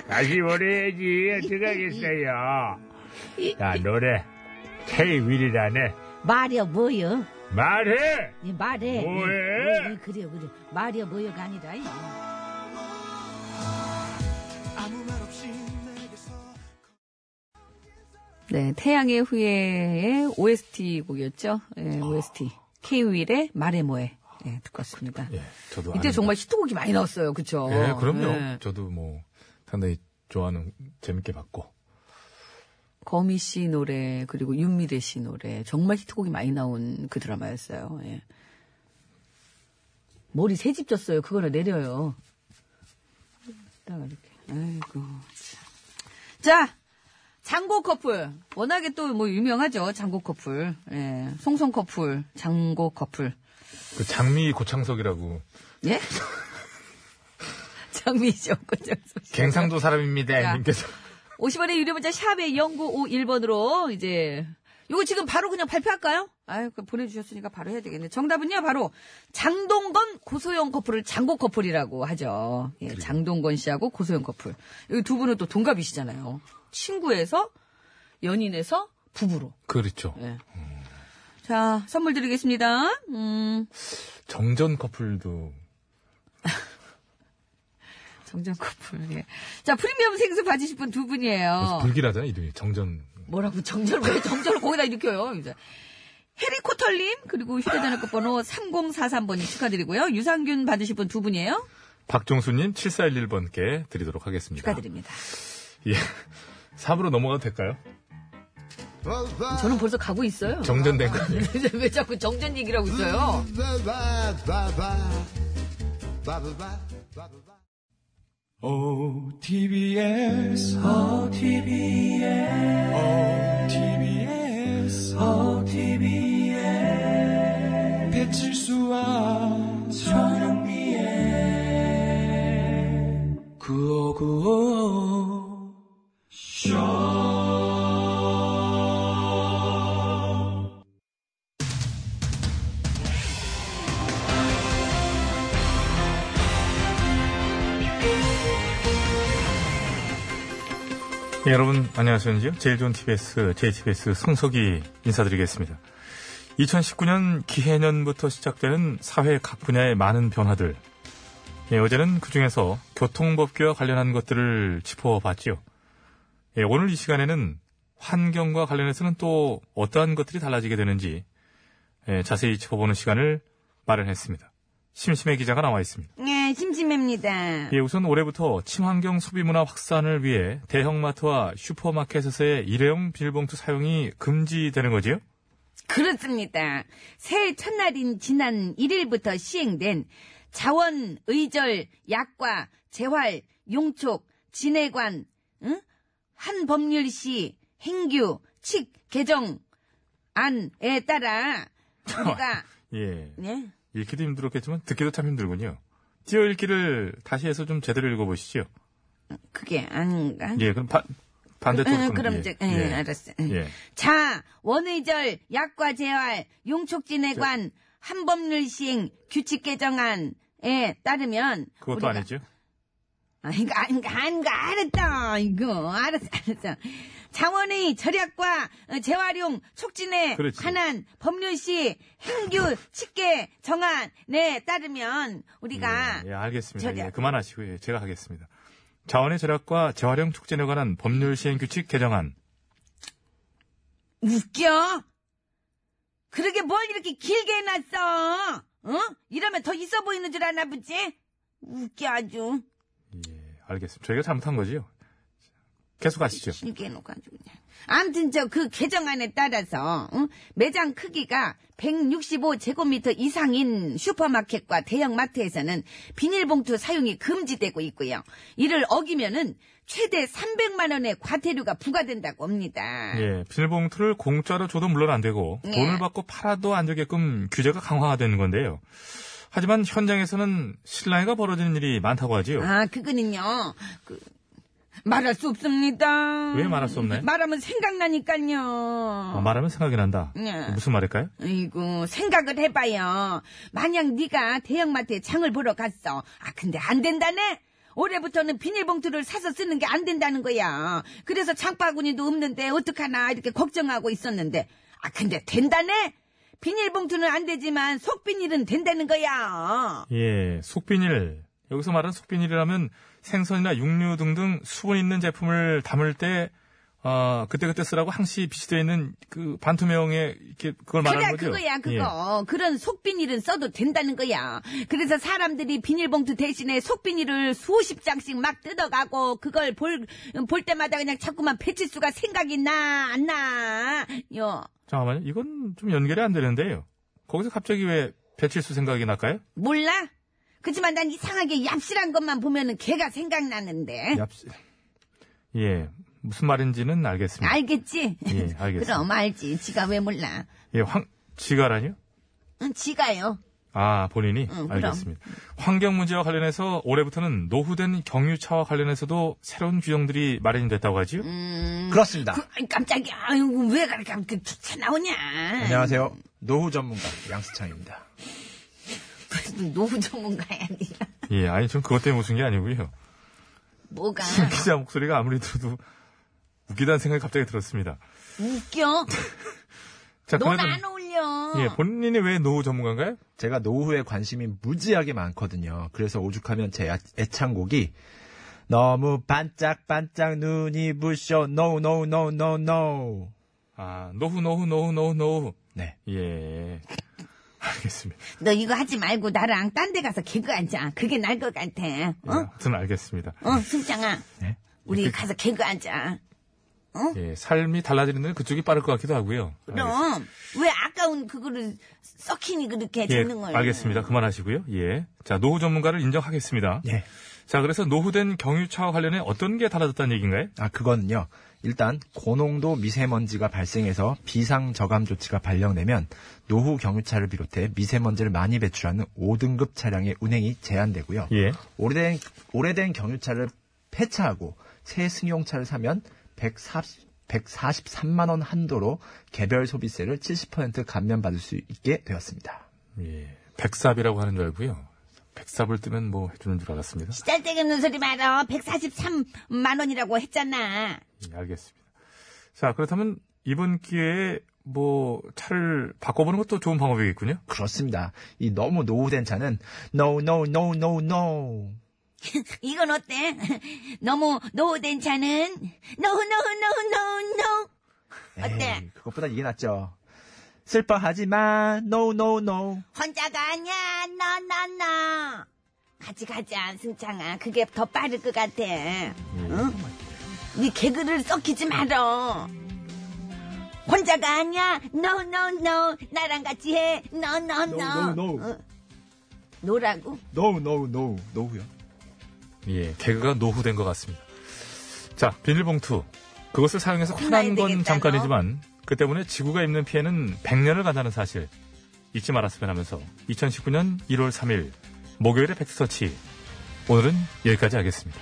Speaker 3: 다시 보내야지. 어떡하겠어요. 자, 노래. K-윌이라네.
Speaker 8: 말이야 뭐여?
Speaker 3: 말해!
Speaker 8: 예, 말해.
Speaker 3: 뭐해?
Speaker 8: 예, 예, 그래요 그래. 말이야 뭐여가 아니라. 예.
Speaker 4: 아무 말 없이 내게서
Speaker 2: 네, 태양의 후예의 OST 곡이었죠. 예, OST. K-윌의 말해 뭐해. 예, 듣고 왔습니다.
Speaker 3: 예, 저도
Speaker 2: 이때 정말 히트곡이 많이 나왔어요. 그쵸?
Speaker 3: 예, 그럼요.
Speaker 2: 예.
Speaker 3: 저도 뭐 상당히 좋아하는 재밌게 봤고.
Speaker 2: 거미 씨 노래, 그리고 윤미래 씨 노래. 정말 히트곡이 많이 나온 그 드라마였어요. 예. 머리 새집 졌어요. 그거를 내려요. 딱 이렇게. 아이고. 참. 자! 장고 커플. 워낙에 또 뭐 유명하죠. 장고 커플. 예. 송송 커플. 장고 커플.
Speaker 3: 그 장미 고창석이라고
Speaker 2: 예? 장미죠. 고정석 씨.
Speaker 3: 갱상도 사람입니다.
Speaker 2: 야.
Speaker 3: 님께서
Speaker 2: 50원의 유료 문자 샵에 0951번으로 이제 요거 지금 바로 그냥 발표할까요? 아유, 그 보내주셨으니까 바로 해야 되겠네. 정답은요, 바로 장동건 고소영 커플을 장고 커플이라고 하죠. 예, 장동건 씨하고 고소영 커플. 여기 두 분은 또 동갑이시잖아요. 친구에서 연인에서 부부로.
Speaker 3: 그렇죠.
Speaker 2: 예. 자, 선물 드리겠습니다. 음,
Speaker 3: 정전 커플도
Speaker 2: 정전 커플. 예. 자, 프리미엄 생수 받으실 분 두 분이에요.
Speaker 3: 불길하잖아요 이름이 정전.
Speaker 2: 뭐라고 정절을 왜 정절을 거기다 일으켜요 이제 해리코털님 그리고 휴대전화 끝번호 3043번님 축하드리고요 유산균 받으실 분 두 분이에요
Speaker 3: 박종수님 7411번께 드리도록 하겠습니다.
Speaker 2: 축하드립니다
Speaker 3: 예. 3으로 넘어가도 될까요?
Speaker 2: 저는 벌써 가고 있어요
Speaker 3: 정전된 거 아니에요?
Speaker 2: 왜 자꾸 정전 얘기를 하고 있어요
Speaker 4: OTBS, OTBS, OTBS, OTBS. 배칠수와 저녁미에 구호구호.
Speaker 3: 예, 여러분 안녕하세요. 제일 좋은 TBS, JTBS 손석희 인사드리겠습니다. 2019년 기해년부터 시작되는 사회 각 분야의 많은 변화들. 예, 어제는 그중에서 교통법규와 관련한 것들을 짚어봤지요. 예, 오늘 이 시간에는 환경과 관련해서는 또 어떠한 것들이 달라지게 되는지 예, 자세히 짚어보는 시간을 마련했습니다. 심심해 기자가 나와 있습니다.
Speaker 8: 예, 심심합니다.
Speaker 3: 예, 우선 올해부터 친환경 소비 문화 확산을 위해 대형마트와 슈퍼마켓에서의 일회용 비닐봉투 사용이 금지되는 거지요?
Speaker 8: 그렇습니다. 새해 첫날인 지난 1일부터 시행된 자원, 의절, 약과, 재활, 용촉, 진해관, 응? 한법률시, 행규, 칙, 개정, 안에 따라 우리가
Speaker 3: 예.
Speaker 8: 네?
Speaker 3: 읽기도 힘들었겠지만 듣기도 참 힘들군요. 띄어 읽기를 다시 해서 좀 제대로 읽어보시죠.
Speaker 8: 그게 아닌가?
Speaker 3: 예, 그럼 반 반대 또
Speaker 8: 응, 음, 그럼 이제, 응, 알았어. 응.
Speaker 3: 예.
Speaker 8: 자, 원의절, 약과 재활, 용촉진해관, 한법률 시행, 규칙 개정안에 따르면.
Speaker 3: 그것도
Speaker 8: 우리가-
Speaker 3: 아니죠.
Speaker 8: 아, 이거, 아, 이거, 아, 이거, 알았다. 이거, 알았어, 알았어. 자원의 절약과 어, 재활용 촉진에
Speaker 3: 그렇지.
Speaker 8: 관한 법률시 행규 칙계 정안에 따르면 우리가
Speaker 3: 예, 예, 알겠습니다.
Speaker 8: 저기-
Speaker 3: 예, 그만하시고 예, 제가 하겠습니다. 자원의 절약과 재활용 촉진에 관한 법률 시행 규칙 개정안.
Speaker 8: 웃겨? 그러게 뭘 이렇게 길게 해놨어? 어? 이러면 더 있어 보이는 줄 아나 보지? 웃겨 아주
Speaker 3: 예, 알겠습니다. 저희가 잘못한 거지요. 계속 하시죠.
Speaker 8: 길게 해놓고가지고 그냥. 암튼 저 그 개정안에 따라서 응? 매장 크기가 165제곱미터 이상인 슈퍼마켓과 대형마트에서는 비닐봉투 사용이 금지되고 있고요. 이를 어기면은 최대 300만 원의 과태료가 부과된다고 합니다.
Speaker 3: 예, 비닐봉투를 공짜로 줘도 물론 안 되고
Speaker 8: 예.
Speaker 3: 돈을 받고 팔아도 안 되게끔 규제가 강화가 되는 건데요. 하지만 현장에서는 실랑이가 벌어지는 일이 많다고 하지요.
Speaker 8: 아, 그거는요. 그, 말할 수 없습니다.
Speaker 3: 왜 말할 수 없나요?
Speaker 8: 말하면 생각나니까요.
Speaker 3: 아, 말하면 생각이 난다.
Speaker 8: 예.
Speaker 3: 무슨 말일까요?
Speaker 8: 아이고, 생각을 해봐요. 만약 네가 대형마트에 장을 보러 갔어. 아, 근데 안 된다네? 올해부터는 비닐봉투를 사서 쓰는 게 안 된다는 거야. 그래서 장바구니도 없는데 어떡하나 이렇게 걱정하고 있었는데. 아, 근데 된다네? 비닐봉투는 안 되지만 속비닐은 된다는 거야.
Speaker 3: 예, 속비닐. 여기서 말하는 속비닐이라면 생선이나 육류 등등 수분 있는 제품을 담을 때, 어, 그때그때 쓰라고 항시 비치되어 있는 그 반투명의 이렇게 그걸 말하는
Speaker 8: 그래
Speaker 3: 거죠.
Speaker 8: 그거야
Speaker 3: 예.
Speaker 8: 그거 그런 속비닐은 써도 된다는 거야 그래서 사람들이 비닐봉투 대신에 속비닐을 수십 장씩 막 뜯어가고 그걸 볼 볼 때마다 그냥 자꾸만 배치수가 생각이 나 안 나요
Speaker 3: 잠깐만요. 이건 좀 연결이 안 되는데요. 거기서 갑자기 왜 배칠수 생각이 날까요?
Speaker 8: 몰라 그지만 난 이상하게 얍실한 것만 보면은 걔가 생각나는데
Speaker 3: 얍 예, 무슨 말인지는
Speaker 8: 아.
Speaker 3: 알겠습니다.
Speaker 8: 알겠지
Speaker 3: 예, 알겠습니다.
Speaker 8: 그럼 알지 지가 왜 몰라
Speaker 3: 예, 황, 지가라니요?
Speaker 8: 응, 지가요
Speaker 3: 아, 본인이?
Speaker 8: 응, 그럼.
Speaker 3: 알겠습니다. 환경 문제와 관련해서 올해부터는 노후된 경유차와 관련해서도 새로운 규정들이 마련이 됐다고 하지요?
Speaker 8: 음.
Speaker 1: 그렇습니다.
Speaker 8: 그, 아이, 깜짝이야 아이고 왜 그렇게 그 주차 나오냐
Speaker 1: 안녕하세요. 노후 전문가 양수창입니다.
Speaker 8: 노후 전문가야 니가
Speaker 3: 예, 아니, 전 그것 때문에 웃은 게 아니고요.
Speaker 8: 뭐가
Speaker 3: 신 기자 목소리가 아무리 들어도 웃기다는 생각이 갑자기 들었습니다.
Speaker 8: 웃겨
Speaker 3: 자,
Speaker 8: 넌
Speaker 3: 그나저나-
Speaker 8: 안 어울려.
Speaker 3: 예, 본인이 왜 노후 전문가인가요?
Speaker 1: 제가 노후에 관심이 무지하게 많거든요. 그래서 오죽하면 제 야- 애창곡이 너무 반짝반짝 눈이 부셔 no no no no no
Speaker 3: 아, 노후, 노후, 노후, 노후, 노후.
Speaker 1: 네.
Speaker 3: 예. 알겠습니다.
Speaker 8: 너 이거 하지 말고 나랑 딴 데 가서 개그하자. 그게 날 것 같아.
Speaker 3: 예,
Speaker 8: 어?
Speaker 3: 아무튼 알겠습니다.
Speaker 8: 어, 승장아.
Speaker 1: 네?
Speaker 8: 우리 가서 개그하자.
Speaker 3: 예, 삶이 달라지는데 그쪽이 빠를 것 같기도 하고요. 알겠습니다.
Speaker 8: 그럼 왜 아까운 그거를 썩히니 그렇게
Speaker 3: 예,
Speaker 8: 잡는 걸.
Speaker 3: 알겠습니다. 그만하시고요. 예. 자, 노후 전문가를 인정하겠습니다.
Speaker 1: 예.
Speaker 3: 자, 그래서 노후된 경유차와 관련해 어떤 게 달라졌다는 얘기인가요?
Speaker 1: 아 그거는요. 일단 고농도 미세먼지가 발생해서 비상 저감 조치가 발령되면 노후 경유차를 비롯해 미세먼지를 많이 배출하는 5등급 차량의 운행이 제한되고요.
Speaker 3: 예.
Speaker 1: 오래된 오래된 경유차를 폐차하고 새 승용차를 사면 140, 143만 원 한도로 개별 소비세를 70% 감면받을 수 있게 되었습니다.
Speaker 3: 예. 백삽이라고 하는 줄 알고요. 백삽을 뜨면 뭐 해주는 줄 알았습니다.
Speaker 8: 짤데없는 소리 말어. 143만 원이라고 했잖아.
Speaker 3: 예, 알겠습니다. 자, 그렇다면 이번 기회에 뭐 차를 바꿔보는 것도 좋은 방법이겠군요.
Speaker 1: 그렇습니다. 이 너무 노후된 차는 no no no no no.
Speaker 8: 이건 어때? 너무 노후된 차는 노후 노후 노후 노후 노. 어때?
Speaker 1: 에이, 그것보다 이게 낫죠. 슬퍼하지 마. no no no.
Speaker 8: 혼자가 아니야, 나나나. 같이 가자, 승창아. 그게 더 빠를 것 같아. 응? 네 개그를 썩히지 말어. 혼자가 아니야, no no no. 나랑 같이 해, no no no.
Speaker 1: No, no, no.
Speaker 8: 응? 노라고?
Speaker 1: no no no. 노후요.
Speaker 3: 예, 개그가 노후된 것 같습니다. 자, 비닐봉투. 그것을 사용해서 화난
Speaker 8: 혼나야
Speaker 3: 건
Speaker 8: 되겠다,
Speaker 3: 잠깐이지만 그 때문에 지구가 입는 피해는 100년을 간다는 사실 잊지 말았으면 하면서 2019년 1월 3일 목요일의 팩트서치 오늘은 여기까지 하겠습니다.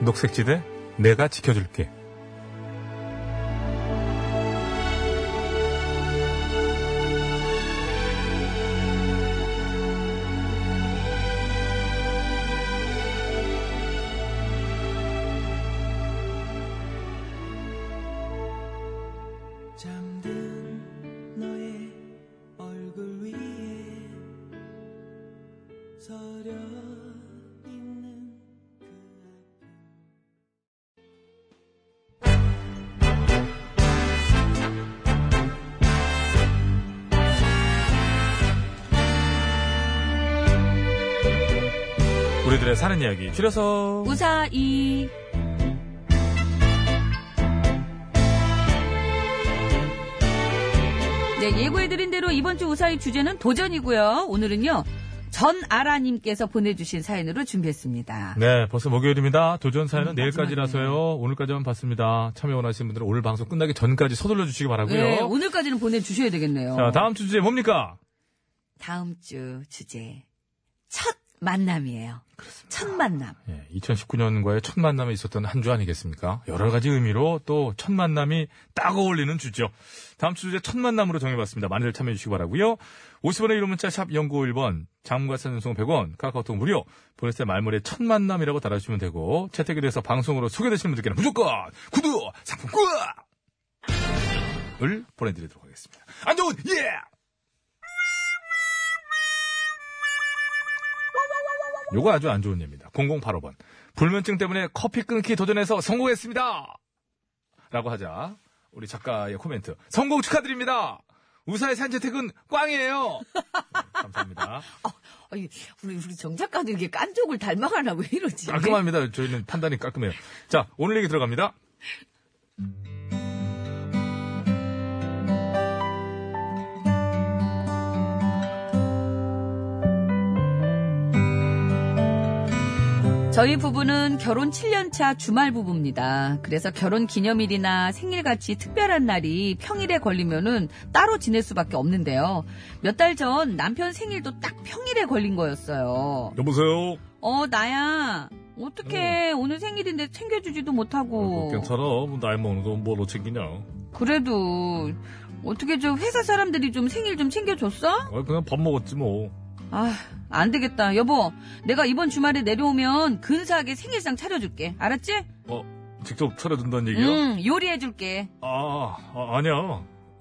Speaker 3: 녹색지대 내가 지켜줄게.
Speaker 4: 잠든 너의 얼굴 위에 서려 있는 그 아픔
Speaker 3: 우리들의 사는 이야기 줄여서
Speaker 2: 우사이. 네, 예고해드린 대로 이번 주 우사이 주제는 도전이고요. 오늘은요, 전아라님께서 보내주신 사연으로 준비했습니다.
Speaker 3: 네, 벌써 목요일입니다. 도전 사연은
Speaker 2: 음,
Speaker 3: 내일까지라서요. 오늘까지만 봤습니다. 참여 원하시는 분들은 오늘 방송 끝나기 전까지 서둘러 주시기 바라고요.
Speaker 2: 네, 오늘까지는 보내주셔야 되겠네요.
Speaker 3: 자, 다음 주 주제 뭡니까?
Speaker 2: 다음 주 주제. 첫 만남이에요. 첫 만남.
Speaker 3: 예, 2019년과의 첫 만남에 있었던 한 주 아니겠습니까? 여러 가지 의미로 또 첫 만남이 딱 어울리는 주죠. 다음 주 주제 첫 만남으로 정해봤습니다. 많이들 참여해 주시기 바라고요. 50원의 이름 문자 샵 0951번, 장문과 사전송 100원, 카카오톡 무료, 보냈을 때 말머리에 첫 만남이라고 달아주시면 되고 채택이 돼서 방송으로 소개되시는 분들께는 무조건 구두, 상품권! 을 보내드리도록 하겠습니다. 안 좋은 예! 요거 아주 안 좋은 예입니다. 0085번. 불면증 때문에 커피 끊기 도전해서 성공했습니다! 라고 하자, 우리 작가의 코멘트. 성공 축하드립니다! 우사의 산재택은 꽝이에요! 네, 감사합니다.
Speaker 2: 아니, 우리, 우리 정작가도 이게 깐족을 닮아가나 왜 이러지?
Speaker 3: 깔끔합니다. 저희는 판단이 깔끔해요. 자, 오늘 얘기 들어갑니다.
Speaker 2: 저희 부부는 결혼 7년차 주말 부부입니다. 그래서 결혼 기념일이나 생일같이 특별한 날이 평일에 걸리면은 따로 지낼 수밖에 없는데요. 몇 달 전 남편 생일도 딱 평일에 걸린 거였어요.
Speaker 3: 여보세요?
Speaker 2: 어, 나야.
Speaker 3: 음.
Speaker 2: 어떡해. 오늘 생일인데 챙겨주지도
Speaker 3: 어,
Speaker 2: 못하고.
Speaker 3: 나이 먹는 건 뭐로 챙기냐. 아,
Speaker 2: 그래도, 어떻게 저 회사 사람들이 좀 생일 좀 챙겨줬어?
Speaker 3: 그냥 밥 먹었지 뭐.
Speaker 2: 아, 안 되겠다. 여보, 내가 이번 주말에 내려오면 근사하게 생일상 차려줄게. 알았지?
Speaker 3: 어, 직접 차려준다는
Speaker 2: 응, 요리해줄게.
Speaker 3: 아, 아, 아니야.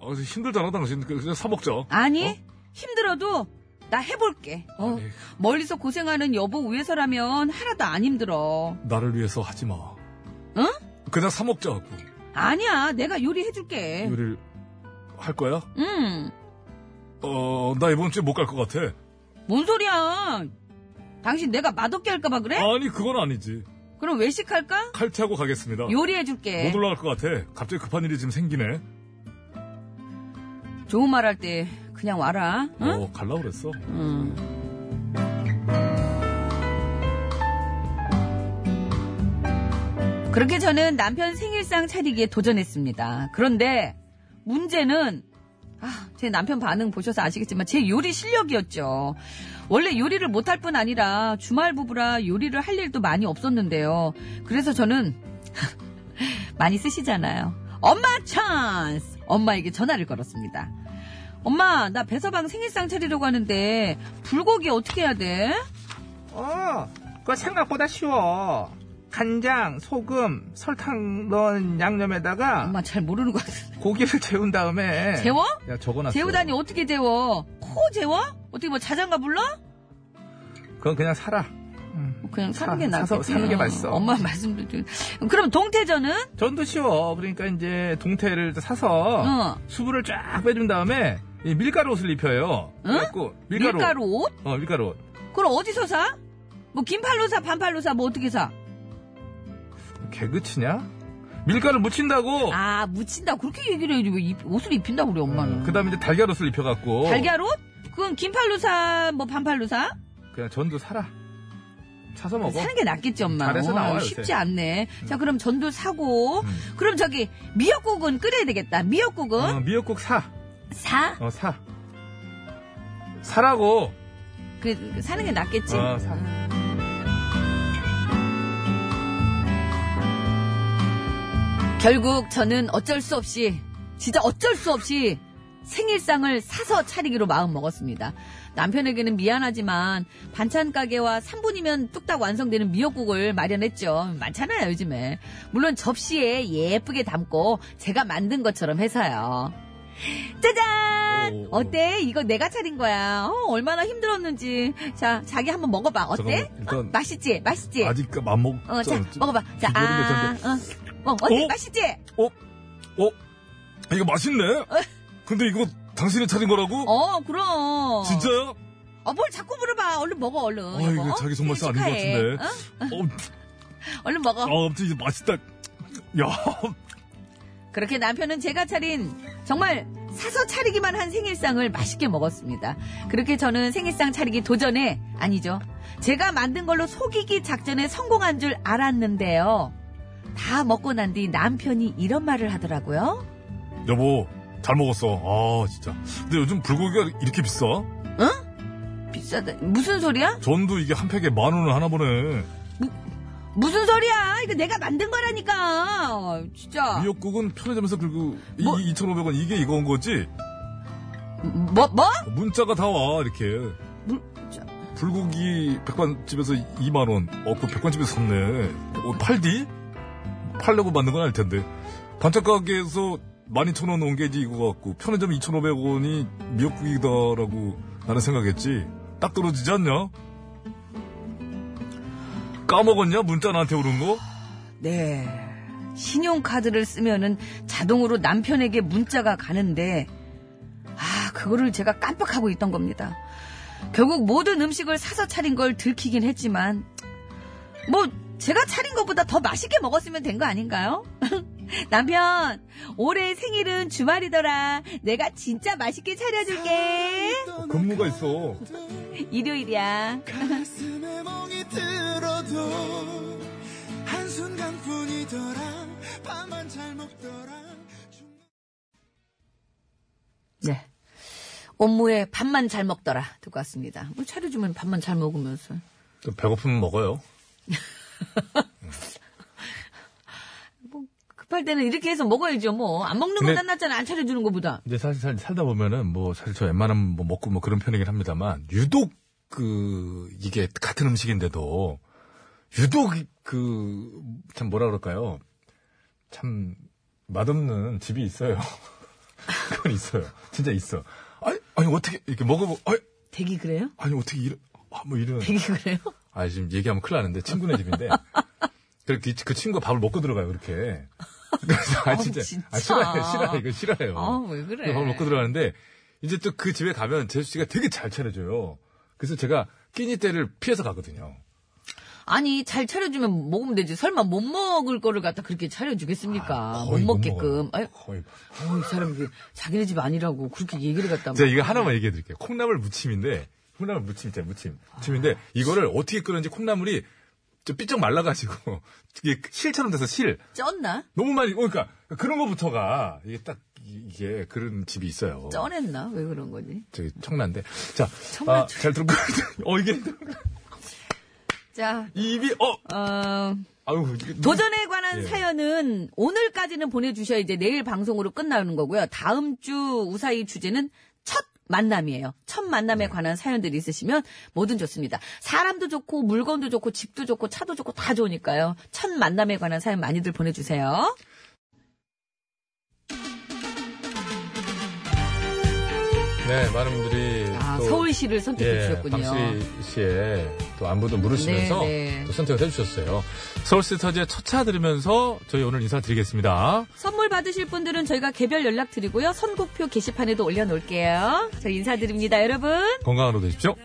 Speaker 3: 아, 힘들잖아, 당신. 그냥 사먹자.
Speaker 2: 아니
Speaker 3: 어?
Speaker 2: 힘들어도 나 해볼게. 어,
Speaker 3: 아니,
Speaker 2: 멀리서 고생하는 여보 위해서라면 하나도 안 힘들어.
Speaker 3: 나를 위해서 하지 마.
Speaker 2: 응?
Speaker 3: 그냥 사먹자고.
Speaker 2: 아니야 내가 요리해줄게.
Speaker 3: 요리를 할 거야?
Speaker 2: 응.
Speaker 3: 어, 나 이번 주에 못 갈 것 같아.
Speaker 2: 예? 뭔 소리야? 당신 내가 맛없게 할까봐 그래?
Speaker 3: 아니, 그건 아니지.
Speaker 2: 그럼 외식할까?
Speaker 3: 칼퇴하고 가겠습니다.
Speaker 2: 요리해줄게. 예.
Speaker 3: 못 올라갈 것 같아. 갑자기 급한 일이 지금 생기네.
Speaker 2: 좋은 말 할 때 그냥 와라. 응?
Speaker 3: 어, 갈라 그랬어.
Speaker 2: 음. 그렇게 저는 남편 생일상 차리기에 도전했습니다. 그런데 문제는 아, 제 남편 반응 보셔서 아시겠지만 제 요리 실력이었죠. 원래 요리를 못할 뿐 아니라 주말 부부라 요리를 할 일도 많이 없었는데요. 그래서 저는 많이 쓰시잖아요. 엄마 찬스! 엄마에게 전화를 걸었습니다. 엄마, 나 배서방 생일상 차리려고 하는데 불고기 어떻게 해야 돼?
Speaker 1: 어, 그거 생각보다 쉬워. 간장, 소금, 설탕 넣은 양념에다가
Speaker 2: 엄마 잘 모르는 것 같아.
Speaker 1: 고기를 재운 다음에
Speaker 2: 재워?
Speaker 1: 야, 적어놨어.
Speaker 2: 재우다니 어떻게 재워? 코 재워? 어떻게 뭐 자장가 불러? 뭐
Speaker 1: 그건 그냥 살아.
Speaker 2: 그냥 사는
Speaker 1: 사-
Speaker 2: 게
Speaker 1: 사서
Speaker 2: 낫겠지.
Speaker 1: 사는 게 맛있어.
Speaker 2: 엄마 말씀도 좀. 그럼 동태전은?
Speaker 1: 전도 쉬워. 그러니까 이제 동태를 사서
Speaker 2: 어.
Speaker 1: 수분을 쫙 빼준 다음에 이 밀가루 옷을 입혀요.
Speaker 2: 응?
Speaker 1: 그래갖고 밀가루.
Speaker 2: 밀가루. 옷?
Speaker 1: 어, 밀가루 옷.
Speaker 2: 그럼 어디서 사? 뭐 긴팔로 사, 반팔로 사, 뭐 어떻게 사?
Speaker 1: 개그치냐? 밀가루 묻힌다고.
Speaker 2: 아, 묻힌다. 그렇게 얘기를 해야지. 왜 입- 옷을 입힌다고 그래, 엄마는.
Speaker 1: 그 다음에 이제 달걀 옷을 입혀갖고.
Speaker 2: 아. 달걀 옷? 그건 긴팔로 사, 뭐 반팔로 사?
Speaker 1: 그냥 전도 살아. 사서 먹어.
Speaker 2: 사는 게 낫겠지, 엄마. 어,
Speaker 1: 잘해서 나와요, 요새. 음.
Speaker 2: 쉽지 않네. 자, 그럼 전도 사고.
Speaker 3: 음.
Speaker 2: 그럼 저기 미역국은 끓여야 되겠다. 미역국은
Speaker 1: 어, 미역국 사.
Speaker 2: 사.
Speaker 1: 어, 사. 사라고.
Speaker 3: 아,
Speaker 2: 음. 그, 그 사는 게 낫겠지.
Speaker 1: 어, 사.
Speaker 2: 결국 저는 어쩔 수 없이, 진짜 어쩔 수 없이 생일상을 사서 차리기로 마음 먹었습니다. 남편에게는 미안하지만 반찬 가게와 3분이면 뚝딱 완성되는 미역국을 마련했죠. 많잖아요, 요즘에. 물론 접시에 예쁘게 담고 제가 만든 것처럼 해서요. 짜잔!
Speaker 3: 오.
Speaker 2: 어때? 이거 내가 차린 거야. 어, 얼마나 힘들었는지. 자, 자기 한번 먹어봐. 어때?
Speaker 3: 잠깐만, 일단
Speaker 2: 어, 맛있지? 맛있지?
Speaker 3: 아직 그 안 먹.
Speaker 2: 어, 자,
Speaker 3: 저-
Speaker 2: 먹어봐. 자,
Speaker 3: 비주얼은
Speaker 2: 아,
Speaker 3: 괜찮은데.
Speaker 2: 어, 어, 어때?
Speaker 3: 어?
Speaker 2: 맛있지?
Speaker 3: 어, 어, 이거 맛있네. 근데 이거 당신이 차린 거라고?
Speaker 2: 어, 그럼.
Speaker 3: 진짜요?
Speaker 2: 어, 뭘 자꾸 물어봐. 얼른 먹어, 얼른.
Speaker 3: 아, 이거 자기 손맛이 아닌 것
Speaker 2: 축하해.
Speaker 3: 같은데.
Speaker 2: 어?
Speaker 3: 어,
Speaker 2: 얼른 먹어.
Speaker 3: 아, 아무튼 이제 맛있다. 야,
Speaker 2: 그렇게 남편은 제가 차린 정말 사서 차리기만 한 생일상을 맛있게 먹었습니다. 그렇게 저는 생일상 차리기 도전에 아니죠. 제가 만든 걸로 속이기 작전에 성공한 줄 알았는데요. 다 먹고 난 뒤 남편이 이런 말을 하더라고요.
Speaker 3: 여보, 잘 먹었어. 아, 진짜. 근데 요즘 불고기가 이렇게 비싸?
Speaker 2: 비싸다. 무슨 소리야?
Speaker 3: 전도 이게 한 팩에 만 원을 하나 보네.
Speaker 2: 무슨 소리야? 이거 내가 만든 거라니까. 어, 진짜.
Speaker 3: 미역국은 편의점에서 그리고 이-
Speaker 2: 뭐?
Speaker 3: 이 2,500원 이게 이거인 거지?
Speaker 2: 뭐 뭐?
Speaker 3: 문자가 다 와, 이렇게.
Speaker 2: 물-
Speaker 3: 불고기 백반집에서 2만원. 어, 그 백반집에서 샀네. 어, 팔디? 팔려고 만든 건 알 텐데. 반찬가게에서 12,000원 온 게 이제 이거 같고, 편의점 2,500원이 미역국이다라고 나는 생각했지. 딱 떨어지지 않냐? 까먹었냐? 문자 나한테 오는 거?
Speaker 2: 네. 신용카드를 쓰면은 자동으로 남편에게 문자가 가는데, 아, 그거를 제가 깜빡하고 있던 겁니다. 결국 모든 음식을 사서 차린 걸 들키긴 했지만, 뭐, 제가 차린 것보다 더 맛있게 먹었으면 된 거 아닌가요? 남편, 올해 생일은 주말이더라. 내가 진짜 맛있게 차려줄게.
Speaker 4: 아,
Speaker 3: 어, 근무가 있어.
Speaker 2: 일요일이야.
Speaker 4: 가슴에 멍이 들어도 한순간뿐이더라 밥만 잘 먹더라
Speaker 2: 네. 업무에 밥만 잘 먹더라. 듣고 왔습니다. 뭘 차려주면 밥만 잘 먹으면서.
Speaker 3: 또 배고프면 먹어요.
Speaker 2: 급할 때는 이렇게 해서 먹어야죠, 뭐. 안 먹는
Speaker 3: 근데-
Speaker 2: 건난 낫잖아, 안 차려주는 것보다.
Speaker 3: 근데 사실 살, 살다 보면은 뭐 사실 저 웬만하면 뭐 먹고 뭐 그런 편이긴 합니다만 유독 그 이게 같은 음식인데도 유독 그 참 뭐라 그럴까요? 참 맛없는 집이 있어요. 그건 있어요. 진짜 있어. 아니 아니 어떻게 이렇게 먹어보 아니,
Speaker 2: 되게 그래요?
Speaker 3: 아니 어떻게 이런 아, 뭐 이런
Speaker 2: 되게 그래요?
Speaker 3: 아 지금 얘기하면 큰일 나는데 친구네 집인데 그, 그, 그 친구가 밥을 먹고 들어가요 그렇게. 그래서 아
Speaker 2: 아우,
Speaker 3: 진짜,
Speaker 2: 진짜.
Speaker 3: 아 싫어요 싫어요 이거 싫어요.
Speaker 2: 아, 왜 그래?
Speaker 3: 밥 먹고 들어가는데 이제 또 그 집에 가면 제수 씨가 되게 잘 차려줘요. 그래서 제가 끼니 때를 피해서 가거든요.
Speaker 2: 아니, 잘 차려주면 먹으면 되지. 설마 못 먹을 거를 갖다 그렇게 차려주겠습니까?
Speaker 3: 아,
Speaker 2: 못
Speaker 3: 거의 못
Speaker 2: 먹게끔.
Speaker 3: 먹어요.
Speaker 2: 아이,
Speaker 3: 거의. 뭐.
Speaker 2: 어, 이 사람 이게 자기네 집 아니라고 그렇게 얘기를 갖다.
Speaker 3: 제가
Speaker 2: 막-
Speaker 3: 이거 하나만 얘기해 드릴게요. 콩나물 무침인데 콩나물 무침 있잖아요 무침. 무침인데 이거를 어떻게 끓는지 콩나물이 좀 삐쩍 말라가지고 이게 실처럼 돼서 실
Speaker 2: 쪘나?
Speaker 3: 너무 많이 어, 그러니까 그런 것부터가 이게 딱 이- 이게 그런 집이 있어요.
Speaker 2: 쪄냈나? 왜 그런 거지?
Speaker 3: 저기 청란데 자,
Speaker 2: 청라
Speaker 3: 아, 잘 들고 어 이게
Speaker 2: 자,
Speaker 3: 입이 어
Speaker 2: 어,
Speaker 3: 아유 이게
Speaker 2: 도전에 관한
Speaker 3: 예.
Speaker 2: 사연은 오늘까지는 보내주셔야 이제 내일 방송으로 끝나는 거고요. 다음 주 우사히 주제는 첫 만남이에요. 첫
Speaker 3: 네.
Speaker 2: 만남에 관한 사연들이 있으시면 뭐든 좋습니다. 사람도 좋고 물건도 좋고 집도 좋고 차도 좋고 다 좋으니까요. 첫 만남에 관한 사연 많이들 보내주세요.
Speaker 3: 네, 많은 분들이
Speaker 2: 아,
Speaker 3: 또
Speaker 2: 서울시를 선택해 주셨군요.
Speaker 3: 예, 박수리 씨의 또 안부도 물으시면서
Speaker 2: 네, 네.
Speaker 3: 또 선택을 해주셨어요. 서울시터즈의 첫 차 들으면서 저희 오늘 인사드리겠습니다.
Speaker 2: 선물 받으실 분들은 저희가 개별 연락 드리고요. 선곡표 게시판에도 올려놓을게요. 저희 인사드립니다, 여러분.
Speaker 3: 건강한 하루 되십시오.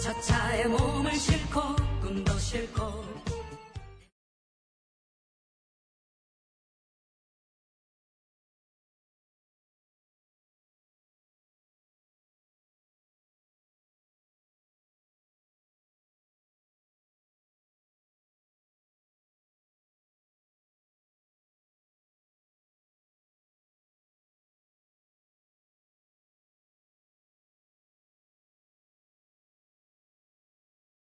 Speaker 2: 차차의 몸을 싣고 꿈도 싣고